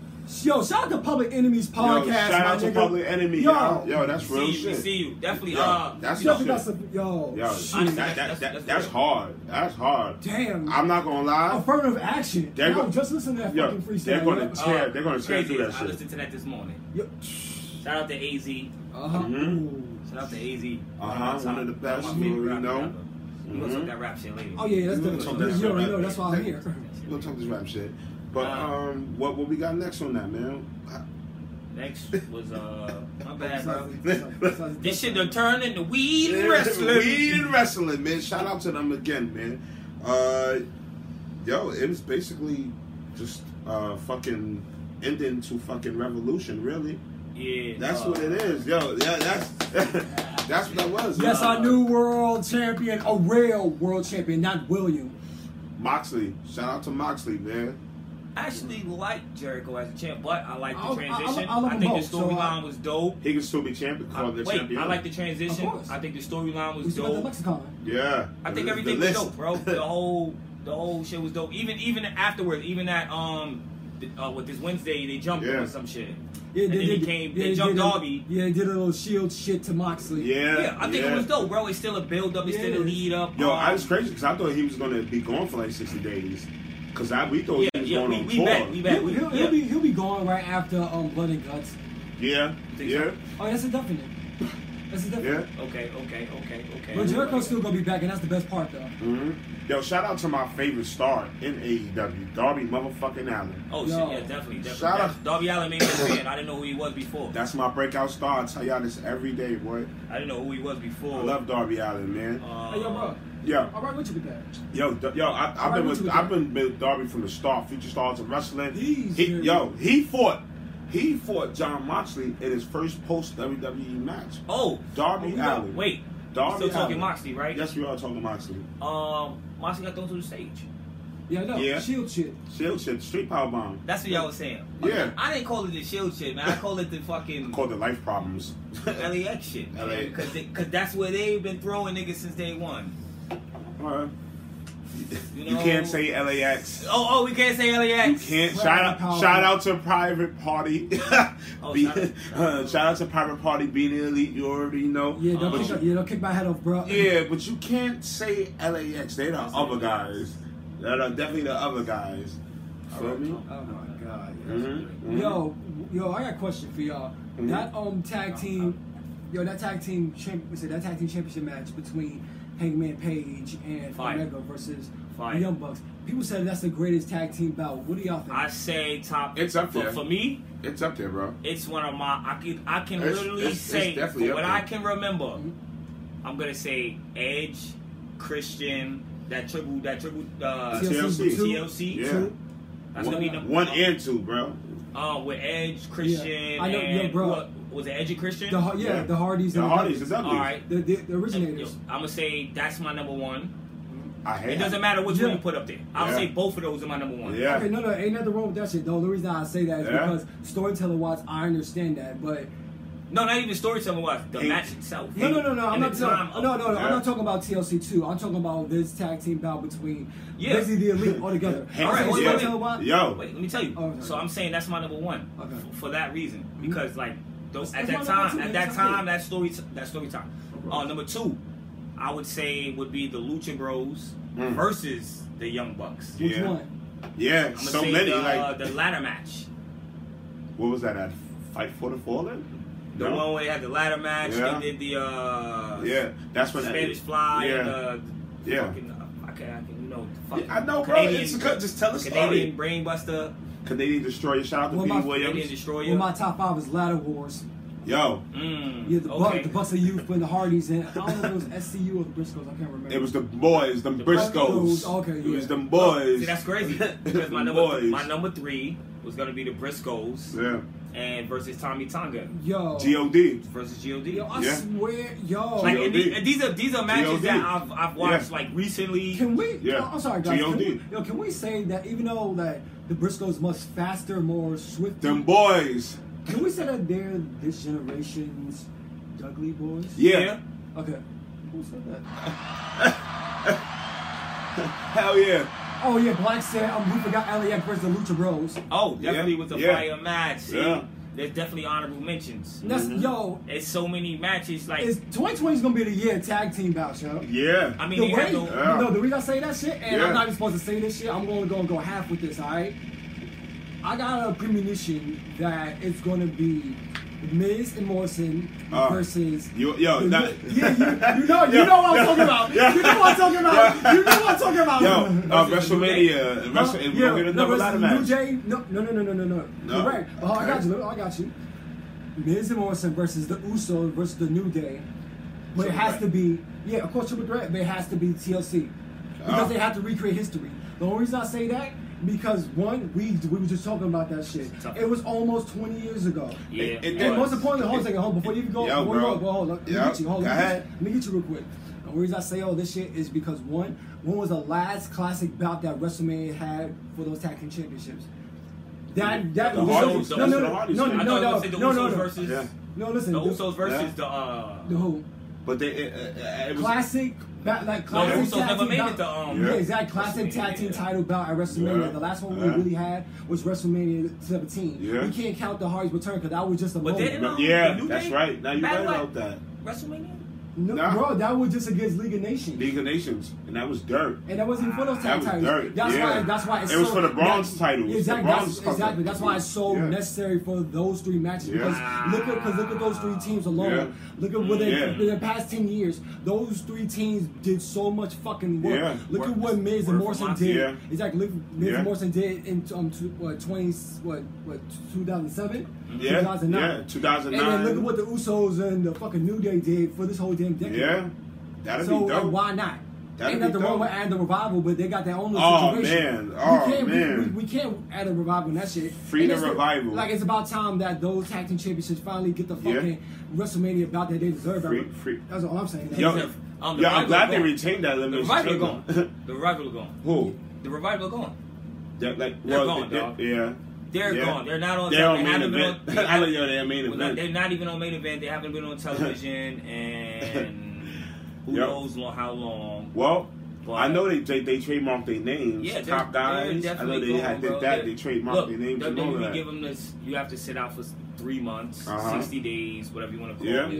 S3: Yo, shout out to Public Enemies podcast.
S1: yo, shout
S3: my
S1: out to
S3: nigga.
S1: Public Enemy.
S3: Yo.
S1: Yo, yo, that's
S2: we
S1: real
S2: see you,
S1: shit.
S2: We see you. Definitely.
S1: Yo,
S2: uh,
S1: that's
S3: Yo,
S1: your
S3: we got
S1: shit.
S3: some- yo,
S1: Yo,
S3: shit.
S1: that, that, that,
S2: That's-
S1: that's hard. That's hard.
S3: Damn.
S1: I'm not gonna lie.
S3: Affirmative action.
S1: They're
S3: Yo,
S1: go-
S3: just listen to that
S1: Yo,
S3: fucking freestyle.
S1: they're gonna
S3: yo.
S1: t- Yeah, they're gonna
S2: it's
S1: tear
S2: crazy.
S1: through that
S2: I
S1: shit.
S2: listened to that this morning.
S3: Yo.
S2: Shout out to AZ. Shout
S3: Uh-huh.
S1: Mhm.
S2: out to AZ.
S1: Uh-huh, one of the best,
S2: One of my favorite
S1: you
S2: rapper
S1: know.
S2: ever. We gonna talk
S1: Mhm.
S2: that rap shit later.
S3: Oh yeah, that's
S1: We
S3: the.
S1: don't talk that
S3: You
S1: shit
S3: already
S1: about
S3: know.
S1: that.
S3: That's why I'm
S1: That-
S3: here.
S1: We'll talk this rap shit. But
S2: Uh,
S1: um, what what we got next on that, man?
S2: Next was uh, my bad, bro.
S3: Besides- besides- besides-
S2: This shit done turned into weed and wrestling.
S1: Weed and wrestling, man. Shout out to them again, man. Uh, yo, it was basically just uh fucking ending to fucking revolution, really.
S2: Yeah.
S1: That's
S2: uh,
S1: what it is, yo. Yeah, that's that's what that was. Uh,
S3: Yes,
S1: yo.
S3: our new world champion, a real world champion, not William.
S1: Moxley. Shout out to Moxley, man.
S2: I actually like Jericho as a champ, but I like
S3: I- I-
S2: the transition.
S3: I love them
S2: think
S3: both,
S2: the
S3: so
S2: storyline
S3: I-
S2: was dope.
S1: He can still be champion.
S2: I,
S1: Called the
S2: wait,
S1: champion.
S2: I like the transition.
S3: Of course.
S2: I think the storyline
S3: We
S2: was
S3: still got the
S2: dope.
S3: lexicon.
S1: Yeah.
S2: I think
S1: The-
S2: everything
S1: the
S2: was
S1: list.
S2: dope, bro. The whole the whole shit was dope. Even even afterwards, even at um th- uh, with this Wednesday they jumped
S1: Yeah.
S2: or some shit.
S3: Yeah,
S2: And then he
S3: did-
S2: came-
S3: yeah,
S2: they jumped
S3: did a-
S2: Darby.
S3: Yeah, they did a little shield shit to Moxley.
S1: yeah.
S2: Yeah, I think
S1: yeah.
S2: it was dope, bro. It's still a build up, it's still a
S3: Yeah.
S2: lead up.
S1: Yo,
S2: um,
S1: I was crazy because I thought he was gonna be gone for like sixty days. Cause I we thought
S2: Yeah,
S1: he was
S2: yeah,
S1: going
S2: we-
S1: on
S2: we
S1: tour.
S2: bet, we bet.
S3: He'll, he'll,
S2: Yeah.
S3: he'll be he'll be gone right after um, Blood and Guts.
S1: Yeah,
S2: Think
S1: yeah,
S2: so?
S3: Oh, that's a definite. That's a definite.
S1: yeah.
S2: Um, Okay, okay, okay, okay.
S3: But Jericho's still gonna be back, and that's the best part though.
S1: hmm Yo, shout out to my favorite star in AEW, Darby motherfucking Allen.
S2: Oh
S3: Yo.
S2: shit, yeah, definitely. definitely.
S1: Shout
S2: That's-
S1: out-
S2: Darby Allen made me a fan. I didn't know who he was before.
S1: That's my breakout star. I tell y'all this every day, boy.
S2: I didn't know who he was before.
S1: I love Darby Allen, man.
S2: Oh. Uh,
S3: Hey, yo, bro.
S1: Yo,
S3: All right, what you be back?
S1: yo, D- yo. I, I've been with I've been with Darby from the start, future stars of wrestling.
S3: He's
S1: He,
S3: very-
S1: yo, he fought, he fought John Moxley in his first post WWE match.
S2: Oh,
S1: Darby
S3: Oh, we
S1: Allen.
S2: wait.
S1: Darby
S2: Still talking
S1: Allin.
S2: Moxley, right?
S1: Yes, we are talking Moxley.
S2: Um, Moxley got thrown to the stage.
S3: Yeah, I know.
S1: Yeah.
S3: Shield shit.
S1: Shield shit, street power bomb.
S2: That's what y'all was saying.
S1: Yeah.
S2: I didn't call it the shield shit, man. I call it the fucking
S1: Called it life problems.
S2: LAX shit,
S1: LA.
S2: man. Because that's where they've been throwing niggas since day one.
S1: Alright.
S2: You,
S1: You
S2: know?
S1: can't say LAX.
S2: Oh, oh, we can't say
S1: You
S2: LAX.
S1: can't
S3: Right,
S1: shout out
S3: power.
S1: shout out to Private Party.
S2: Oh,
S1: Be-
S2: shout out.
S1: uh, shout out to Private Party being an elite, you already know.
S3: Yeah, don't
S2: Uh,
S1: But
S3: kick,
S1: you-
S3: yeah, don't kick my head off, bro.
S1: Uh-huh. Yeah, but you can't say LAX. They the
S2: That's
S1: other
S2: it.
S1: guys. They're the- definitely the other guys. Feel me?
S3: Oh my god.
S1: Mhm.
S3: Yo, yo, I got a question for y'all.
S1: Mhm.
S3: That um tag team, yo, that tag team champ, was it that tag team championship match between Hangman Page and
S2: Fire.
S3: Omega versus
S2: Fire.
S3: the Young Bucks. People said that's the greatest tag team bout. What do y'all think?
S2: I say top.
S1: It's up
S2: for,
S1: there.
S2: for me.
S1: It's up there, bro.
S2: It's one of my. I can I can
S1: It's-
S2: literally
S1: it's- it's
S2: say
S1: definitely
S2: from
S1: up
S2: what
S1: there. Mm-hmm.
S2: I can remember.
S3: Mhm.
S2: I'm gonna say Edge, Christian, that triple, that triple, uh,
S1: TLC.
S2: TLC.
S1: Yeah.
S2: That's
S1: one,
S2: gonna be number
S1: one and two, bro.
S2: Uh, with Edge, Christian.
S3: I know-
S2: and
S3: yo, bro.
S2: What, was it Edge and Christian?
S3: the, Har- Oh, yeah,
S1: Yeah.
S3: the Hardys.
S1: The
S3: and
S1: Hardys, the
S3: Dudleys.
S1: Dudleys.
S2: All right.
S3: the, the, the originators.
S2: I'm gonna say that's my number one.
S1: I hate
S2: It doesn't matter which one
S3: Yeah.
S2: you put up there. I'll
S1: Yeah.
S2: say both of those are my number one.
S1: Yeah.
S3: Okay, no, no, ain't nothing wrong with that shit. Though the reason I say that is
S1: Yeah.
S3: because storyteller wise, I understand that, but
S2: No, not even storytelling wise. The
S1: Hey.
S2: match itself.
S3: No, no, no, no. I'm
S2: And
S3: not.
S2: the time
S3: No,
S2: of-
S3: no, no.
S1: Yeah.
S3: I'm not talking about TLC two. I'm talking about this tag team bout between
S2: Yeah.
S3: Busy the Elite all together.
S1: Hey,
S2: All right,
S3: So
S2: wait,
S3: you
S2: wait,
S3: know
S2: wait.
S3: what?
S1: Yo.
S2: Wait, let me tell you.
S3: Oh, okay.
S2: So I'm saying that's my number one
S3: Okay. Mm-hmm.
S2: f- for that reason because like those
S3: That's-
S2: at that
S3: that's my number
S2: time,
S3: two,
S2: at
S3: man.
S2: that
S3: It's okay.
S2: time, that story, t- that story time. Uh, number two, I would say would be the Lucha Bros
S1: Mm.
S2: versus the Young Bucks.
S3: Which
S1: Yeah.
S3: one?
S1: Yeah,
S2: I'm gonna
S1: so
S2: say
S1: many.
S2: the, uh,
S1: like,
S2: the ladder match,
S1: what was that? At fight for the fallen?
S2: the
S1: No?
S2: one where they had the ladder match.
S1: Yeah.
S2: They did the uh,
S1: Yeah, that's when
S2: Spanish Fly.
S1: Yeah,
S2: and, uh, the
S1: Yeah.
S2: Fucking, uh, I can, I can, you know, the
S1: Yeah,
S2: fucking
S1: I know, bro.
S2: Canadian,
S1: It's good. Just tell the story.
S2: Canadian brainbuster,
S1: Canadian Destroyer. Shout out to
S3: Well,
S1: Petey
S3: my-
S2: Canadian
S1: Williams.
S2: destroyer.
S3: Well, my top five is Ladder Wars.
S1: Yo,
S2: Mm,
S3: Yeah, the
S2: okay.
S3: Bucks, the Bucks of Youth when the Hardys and I don't know if it was SCU or the Briscoes. I can't remember.
S1: it was the boys, them
S2: The
S1: Briscoes.
S3: Briscoes, okay,
S1: It was
S3: yeah.
S1: them boys.
S2: See, that's crazy. Because my
S1: Them
S2: number,
S1: boys.
S2: my number three was gonna be the Briscoes
S1: Yeah.
S2: and versus Tommy Tonga
S3: yo.
S1: G.O.D.
S2: versus God.
S3: Yo, I
S1: Yeah.
S3: swear, yo.
S2: like
S1: GOD.
S2: and the- and these are these are matches
S1: GOD.
S2: that I've I've watched
S1: Yeah.
S2: like recently.
S3: Can we?
S1: Yeah.
S3: I'm sorry, guys. Can
S1: G.O.D..
S3: we, yo, can we say that even though that the Briscoes must faster, more swift?
S1: Them boys.
S3: Can we say that they're this generation's Dudley boys?
S1: Yeah.
S3: Okay. Who said that?
S1: Hell yeah.
S3: Oh yeah, Black said um, we forgot LAX versus the Lucha Bros.
S2: Oh, definitely
S1: Yeah.
S2: with the
S1: Yeah.
S2: fire match. See,
S1: Yeah.
S2: there's definitely honorable mentions.
S3: That's
S1: Mhm.
S3: yo.
S2: It's so many matches. Like
S3: Is 2020 is gonna be the year of tag team bout, yo.
S1: Yeah.
S2: I mean,
S3: The
S2: they
S3: way,
S2: had
S3: no,
S2: no.
S1: Yeah.
S3: the reason I say that shit, and
S1: Yeah.
S3: I'm not even supposed to say this shit. I'm gonna go go half with this, all right? I got a premonition that it's gonna be Miz and Morrison
S1: Uh,
S3: versus.
S1: you, yo,
S3: the-
S1: that,
S3: yeah, you, you know, you know what I'm talking about.
S1: Yeah.
S3: You know what I'm talking about. You know what I'm talking about.
S1: Yo, uh,
S2: Versus the New
S1: WrestleMania, uh, Wrestle,
S3: Huh?
S1: and
S3: Yeah,
S1: we're gonna
S3: no,
S1: double ladder
S3: versus
S1: match.
S3: New Day. No, no, no, no, no, no, no.
S1: No?
S3: You're right. Oh, I got
S1: Okay.
S3: you. look, I got you. Miz and Morrison versus the Uso versus the New Day. But it
S1: Triple
S3: has
S1: threat.
S3: to be, yeah, of course, triple threat, but it has to be TLC. Because
S1: Ah.
S3: they have to recreate history. The only reason I say that, because one, we we were just talking about that shit.
S2: Tough.
S3: It was almost 20 years ago.
S2: Yeah,
S1: It- it-
S2: it
S3: And
S2: was.
S3: most importantly, hold on a second, hold on, before you even go,
S1: Yo,
S3: before you
S1: bro.
S3: go, go, hold on, let me
S1: Yo,
S3: get you, hold
S1: go
S3: on, let me get
S1: ahead.
S3: you- let me get you real quick. The reason I say all this shit is because one, when was the last classic bout that WrestleMania had for those tag team championships? That that
S1: The
S3: was
S1: Hardys,
S3: no
S1: that was
S3: no no
S1: the
S3: no
S1: Hardys
S3: no
S1: thing.
S2: I
S3: no
S2: thought you were
S3: no
S2: gonna say the
S3: no
S2: Usos
S3: no no
S2: versus
S1: Yeah.
S3: no listen
S2: the
S3: the-
S2: Usos versus the uh
S3: the who
S1: But they, it, it, it was
S3: classic bout like
S2: no the
S3: classic
S2: Usos
S3: tag
S2: never
S3: team
S2: made
S3: bout-
S2: it to um
S1: Yeah.
S3: yeah, exactly. Classic tag team
S2: WrestleMania.
S3: title bout at WrestleMania.
S1: Yeah.
S3: The last one
S1: Yeah.
S3: we really had was WrestleMania 17.
S1: Yeah.
S3: We can't count the Hardy's return because that was just a
S2: But
S3: moment.
S2: didn't, um,
S1: Yeah,
S2: The New
S1: that's
S2: Day?
S1: right. Now you
S2: Matter
S1: right
S2: what?
S1: about that.
S2: WrestleMania.
S3: No,
S1: Nah.
S3: bro, that was just against League of Nations.
S1: League of Nations, and that was dirt.
S3: and that wasn't for those
S1: That
S3: tag
S1: was
S3: titles.
S1: dirt,
S3: That's
S1: yeah.
S3: why. That's why it's
S1: It was
S3: so,
S1: for the bronze
S3: that-
S1: titles, the
S3: Exactly.
S1: bronze
S3: that's,
S1: cup.
S3: exactly. That's why it's so
S1: Yeah.
S3: necessary for those three matches
S1: Yeah.
S3: because look at because look at those three teams alone.
S1: Yeah.
S3: Look at what they
S1: Yeah.
S3: in the past ten years. Those three teams did so much fucking work.
S1: Yeah.
S3: Look
S2: Work-
S3: at what Miz
S2: work
S3: and
S2: for
S3: Morrison
S2: Moxie.
S3: did.
S1: Yeah.
S3: Exactly. Look what Miz
S1: Yeah.
S3: and Morrison did in um two, what, twenty what what two thousand seven.
S1: Yeah,
S3: 2009.
S1: yeah, 2009.
S3: And then look at what the Usos and the fucking New Day did for this whole damn decade.
S1: yeah, that'd
S3: So
S1: be dope.
S3: like, why not?
S1: That'd
S3: Ain't
S1: be
S3: nothing wrong
S1: dope.
S3: with adding the revival, but they got their own
S1: Oh,
S3: little situation.
S1: man. Oh,
S3: we can't, we-
S1: man.
S3: We, we can't add a revival in that shit.
S1: Free
S3: And
S1: the
S3: it's
S1: revival.
S3: like it's about time that those tag team championships finally get the
S1: Yeah.
S3: fucking WrestleMania bout that they deserve.
S1: Free-
S3: That's
S1: free-
S3: all I'm saying.
S1: Yo,
S2: Um, the
S1: yeah, I'm
S2: rival
S1: glad they
S2: gone.
S1: retained that
S2: The
S1: elimination.
S2: rival gone.
S1: chamber.
S2: The rival gone.
S1: Who?
S2: The revival are gone.
S1: They're, like,
S2: They're
S1: well,
S2: gone,
S1: they-
S2: dog.
S1: they- yeah.
S2: They're
S1: Yeah.
S2: gone. They're not on.
S1: They're on
S2: they
S1: main
S2: haven't been
S1: event.
S2: on- they
S1: I
S2: haven't-
S1: like yo, they're main
S2: well, no,
S1: event.
S2: they're not even on main event. They haven't been on television, and who
S1: Yep.
S2: knows lo- how long.
S1: Well,
S2: But
S1: I know they they, they trademarked their names.
S2: Yeah, they're-
S1: top
S2: they're
S1: guys. I know
S2: definitely
S1: they had
S2: gone, bro.
S1: did that.
S2: They're-
S1: They trademarked
S2: Look,
S1: their names and all
S2: WWE
S1: that.
S2: give them this. You have to sit out for s- three months,
S1: Uh-huh.
S2: sixty days, whatever you want to call
S1: Yeah.
S2: it.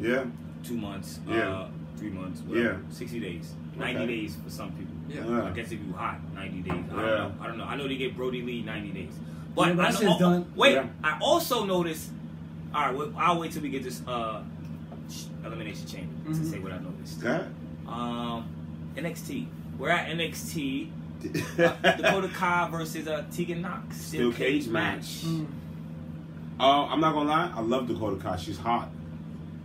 S3: Yeah.
S1: yeah,
S2: Two months.
S1: Yeah.
S2: Uh, three months. Whatever.
S1: Yeah.
S2: Sixty days. Ninety
S1: Okay.
S2: days for some people.
S3: Yeah.
S1: Yeah.
S2: I guess if you hot, 90 days. I,
S1: Yeah.
S2: don't know. I don't know. I know they get Brody Lee 90 days. But
S3: Yeah, but
S2: I
S3: that
S2: know, oh,
S3: shit's done.
S2: wait,
S1: Yeah.
S2: I also noticed. All right, well, I'll wait till we get this uh, sh- elimination chamber to
S3: Mhm.
S2: say what I noticed.
S1: that.
S2: Um, NXT. We're at NXT. Uh, Dakota Kai versus uh, Tegan Knox.
S1: Steel cage match.
S3: Mm.
S1: Uh, I'm not gonna lie. I love Dakota Kai. She's hot.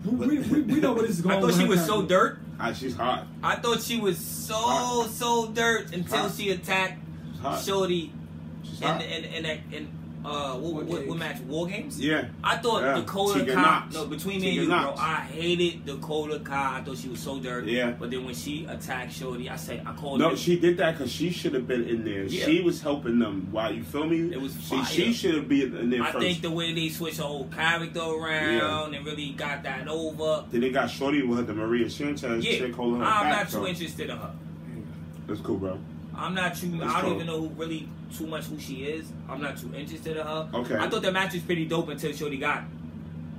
S3: We, we, we, we know what is going
S2: I
S3: on.
S2: thought
S3: with
S2: she
S3: her
S2: was so
S3: character.
S2: dirt.
S1: Ah, she's hot.
S2: I thought she was so
S1: Hot.
S2: so dirt until
S1: Hot.
S2: she attacked
S1: She's hot.
S2: Shorty
S1: She's
S2: in
S1: hot.
S2: in in, that- in uh
S3: War
S2: what, what, what
S3: Games.
S2: match? War games.
S1: yeah.
S2: I thought
S1: Yeah.
S2: Dakota
S1: Tegan
S2: Kai.
S1: Knox.
S2: No, between me
S1: Tegan
S2: and you,
S1: Knox.
S2: bro, I hated Dakota Kai. I thought she was so dirty.
S1: Yeah.
S2: But then when she attacked Shorty, I said, I called
S1: No,
S2: it.
S1: she did that because she should have been in there.
S2: Yeah.
S1: She was helping them. Why you feel me?
S2: It was
S1: she,
S2: fire.
S1: she should have been in there
S2: I
S1: first.
S2: think the way they switched her whole character around and really got that over.
S1: then they got Shorty with her, the Maria Sanchez
S2: Yeah,
S1: chick
S2: I'm
S1: holding her
S2: not
S1: back.
S2: too
S1: so-
S2: interested in her.
S1: That's cool, bro.
S2: I'm not too.
S1: That's
S2: I don't
S1: cool.
S2: even know who really too much who she is. I'm not too interested in her.
S1: Okay.
S2: I thought the match was pretty dope until Shorty got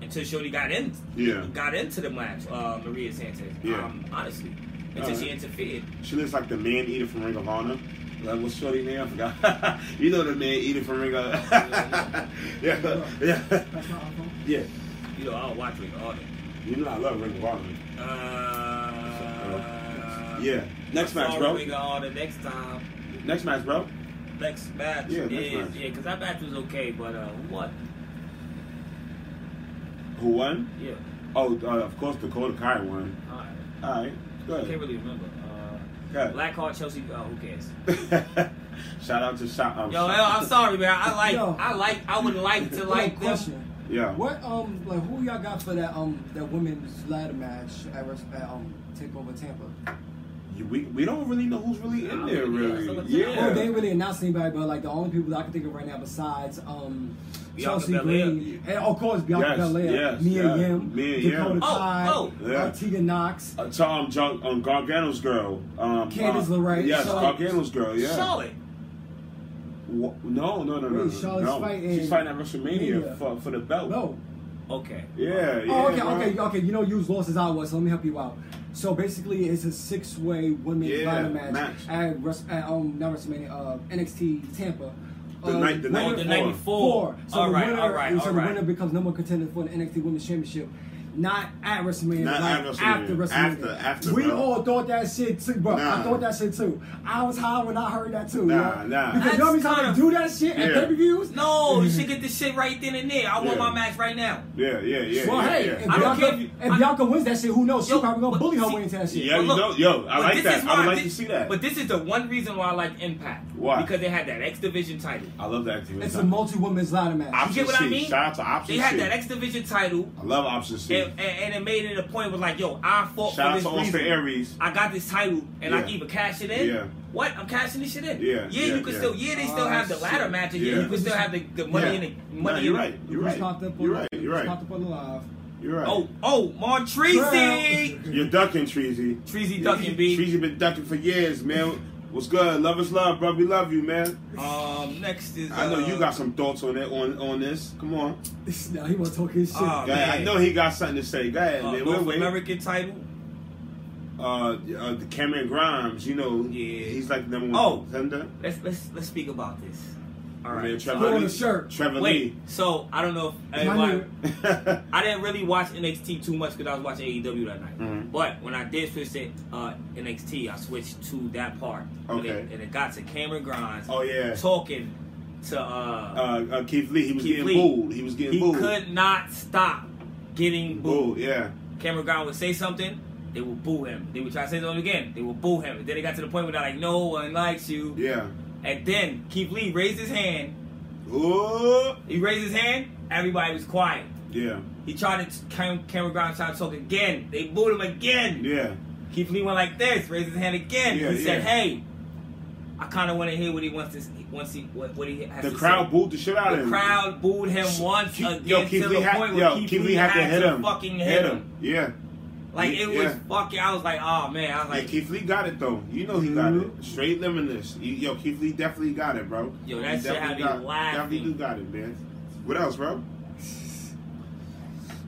S2: until Shorty got in
S1: Yeah.
S2: got into the match. Uh, Maria Sanchez.
S1: Yeah.
S2: Um, honestly, until
S1: Alright.
S2: she interfered.
S1: She looks like the man eater from Ring of Honor. Like, what's Shorty name? I forgot. you know the man eater from Ring of
S2: Yeah,
S1: Yeah, yeah.
S3: That's not our fault.
S1: Yeah.
S2: You know, I don't watch Ring of Honor.
S1: You know I love Ring of Honor.
S2: Uh,
S1: Yeah. Next match,
S2: sorry,
S1: bro.
S2: Ring of Honor next time.
S1: Next match, bro.
S2: Next match
S1: Yeah,
S2: yeah,
S1: next
S2: is
S1: match.
S2: yeah, because that match was okay, but uh, what?
S1: Who won?
S2: Yeah,
S1: Oh, uh, of course, Dakota Kai won.
S2: all right.
S1: All right.
S2: I can't
S1: Good.
S2: really remember. Uh,
S1: Good.
S2: Blackheart Chelsea. Uh, who cares?
S1: Shout out to Shot. Um,
S2: Yo, yo, I'm sorry, man. I like,
S3: Yo.
S2: I like, I would like to like
S3: Yo,
S2: them.
S3: question.
S1: Yeah.
S3: What um like who y'all got for that um that women's ladder match at, Res- at um Takeover Tampa?
S1: You- We, we don't really know who's really in there,
S2: Yeah,
S1: really.
S2: so-
S3: Oh, they
S1: Yeah.
S3: ain't really announced anybody, but like the only people that I can think of right now besides um
S2: Bianca
S3: Chelsea
S2: Belair.
S3: Green and of course Bianca
S1: Yes,
S3: Belair,
S1: yes,
S3: Mia
S1: yeah.
S3: Yim,
S1: Mia
S3: Dakota
S1: Yim.
S2: Oh,
S3: Kai,
S2: oh.
S1: Yeah.
S3: uh, Tegan Knox.
S1: Uh, so, um, John, um, Gargano's girl. Um,
S3: Candice
S1: uh,
S3: LeRae,
S1: Yes,
S3: Charlotte.
S1: Gargano's girl, Oh, yeah.
S2: Charlotte.
S1: Wha- No, no, no, no.
S3: Wait,
S1: no,
S3: Charlotte's
S1: no.
S3: fighting-
S1: She's fighting at WrestleMania
S3: Mania.
S1: for, for the belt.
S3: No.
S2: Okay.
S1: Yeah, yeah.
S3: oh, okay,
S1: bro.
S3: okay, okay. You know, you was lost as I was, so let me help you out. So basically, it's a six-way women's
S1: Yeah,
S3: ladder match,
S1: match.
S3: at, Res- at um, not WrestleMania, uh, NXT Tampa.
S1: The
S3: Uh,
S1: night- the night
S2: Oh,
S3: winner-
S2: the
S1: Four.
S2: ninety four.
S3: Four. So
S2: All
S3: the
S2: right,
S3: winner,
S2: all right,
S3: and
S2: all
S3: so the winner
S2: right.
S3: becomes number contender for the NXT Women's Championship. Not at WrestleMania,
S1: Not
S3: like
S1: at WrestleMania.
S3: after WrestleMania.
S1: After- after,
S3: we
S1: bro.
S3: all thought that shit too, bro.
S1: Nah.
S3: I thought that shit too. I was high when I heard that too.
S1: Nah,
S3: yo.
S1: nah.
S3: Because you know how
S2: That's
S3: many times
S2: kinda-
S3: they do that shit at
S1: Yeah.
S3: pay-per-views?
S2: No, you should get this shit right then and there. I want
S1: Yeah.
S2: my match right now.
S1: Yeah, yeah, yeah.
S3: Well,
S1: yeah,
S3: hey,
S1: yeah.
S3: if
S2: I don't
S3: Bianca,
S2: care if you-
S3: if
S2: I-
S3: Bianca wins that shit, who knows? She
S2: Yo,
S3: probably gonna
S2: but
S3: bully her
S2: see-
S3: way into that shit.
S1: Yeah,
S2: But
S1: you
S2: look,
S1: know, yo, I
S2: but
S1: like
S2: this
S1: that.
S2: is
S1: I would
S2: why
S1: like
S2: thi-
S1: to see that.
S2: But this is the one reason why I like Impact.
S1: Why?
S2: Because they had that X Division title.
S1: I love that activity.
S3: It's a multi-women's ladder match.
S1: option
S2: get what I
S1: C.
S2: mean?
S1: Shout out to option
S2: They had
S1: C.
S2: that X Division title,
S1: I love option C.
S2: and, and, and it made it a point was like, yo, I fought
S1: Shout out
S2: for this
S1: to Austin
S2: reason.
S1: Aries.
S2: I got this title and I
S1: Yeah.
S2: can either cash it in.
S1: Yeah.
S2: What? I'm cashing this shit in.
S1: Yeah,
S2: Yeah,
S1: yeah,
S2: you can
S1: yeah.
S2: still yeah, they still
S3: Ah,
S2: have the
S3: shit.
S2: ladder matches. Yeah.
S1: Yeah.
S2: you can still have the, the money
S1: yeah.
S2: in the
S1: nah,
S2: money
S1: you're
S2: in
S1: right.
S2: the
S1: You're
S3: Who's
S1: right.
S3: popped up on-
S1: You're right. You're
S3: who's
S1: right.
S3: Popped up on the live.
S1: You're right.
S2: Oh, oh, Montrezl!
S1: You're ducking, Treasy.
S2: Treasy ducking B.
S1: Treasy been ducking for years, man. What's good? Love is love, bro. We love you, man.
S2: Um, next is. Uh,
S1: I know you got some thoughts on that on on this. Come on,
S3: now he wanna talk his shit.
S2: Ah,
S1: Go ahead. I
S2: man.
S1: know he got something to say. Go ahead,
S2: uh,
S1: man.
S2: North
S1: We're waiting.
S2: American title.
S1: Uh, uh, the Cameron Grimes, you know,
S2: Yeah.
S1: he's like the number one
S2: Oh.
S1: contender.
S2: Let's let's let's speak about this. All
S1: I mean,
S2: right.
S1: Trevor
S3: Who on
S1: Lee.
S3: the shirt?
S1: Trevor
S2: Wait. So I don't know. If everybody,
S3: nigga-
S1: Lee.
S2: I didn't really watch NXT too much because I was watching AEW that night.
S1: Mhm.
S2: But when I did switch to uh, NXT, I switched to that part. And
S1: Okay.
S2: it, and it got to Cameron Grimes
S1: oh yeah.
S2: talking to. Uh,
S1: Uh, uh, Keith Lee. He was
S2: Keith
S1: getting
S2: Lee.
S1: booed. He was getting
S2: he
S1: booed.
S2: could not stop getting booed.
S1: booed. Yeah.
S2: Cameron Grimes would say something, they would boo him. They would try to say something again, they would boo him. And then it got to the point where they're like, no one likes you.
S1: Yeah.
S2: And then Keith Lee raised his hand.
S1: Ooh.
S2: He raised his hand, everybody was quiet.
S1: Yeah.
S2: He tried to, Cam, Cameron Grimes tried to talk again. They booed him again.
S1: Yeah.
S2: Keith Lee went like this, raised his hand again.
S1: Yeah,
S2: he said,
S1: yeah.
S2: hey, I kind of want to hear what he wants to once he what, what he has
S1: The
S2: to
S1: crowd
S2: say.
S1: booed the shit out of
S2: The
S1: him.
S2: crowd booed him once
S1: Yo,
S2: again
S1: Keith
S2: to
S1: Lee
S2: the
S1: had-
S2: point where
S1: yo,
S2: Keith
S1: Keith
S2: Lee had, to, fucking hit, him.
S1: Yeah.
S2: Like it was
S1: Yeah.
S2: fucking. I was like, oh man. I
S1: Like
S2: was like, Mm-hmm.
S1: Keith Lee got it though. You know he got
S3: Mhm.
S1: it. Straight limitless. He- Yo, Keith Lee definitely got it, bro.
S2: Yo,
S1: He
S2: that shit
S1: definitely
S2: had me
S1: got-
S2: laughing.
S1: Definitely do got it, man. What else, bro?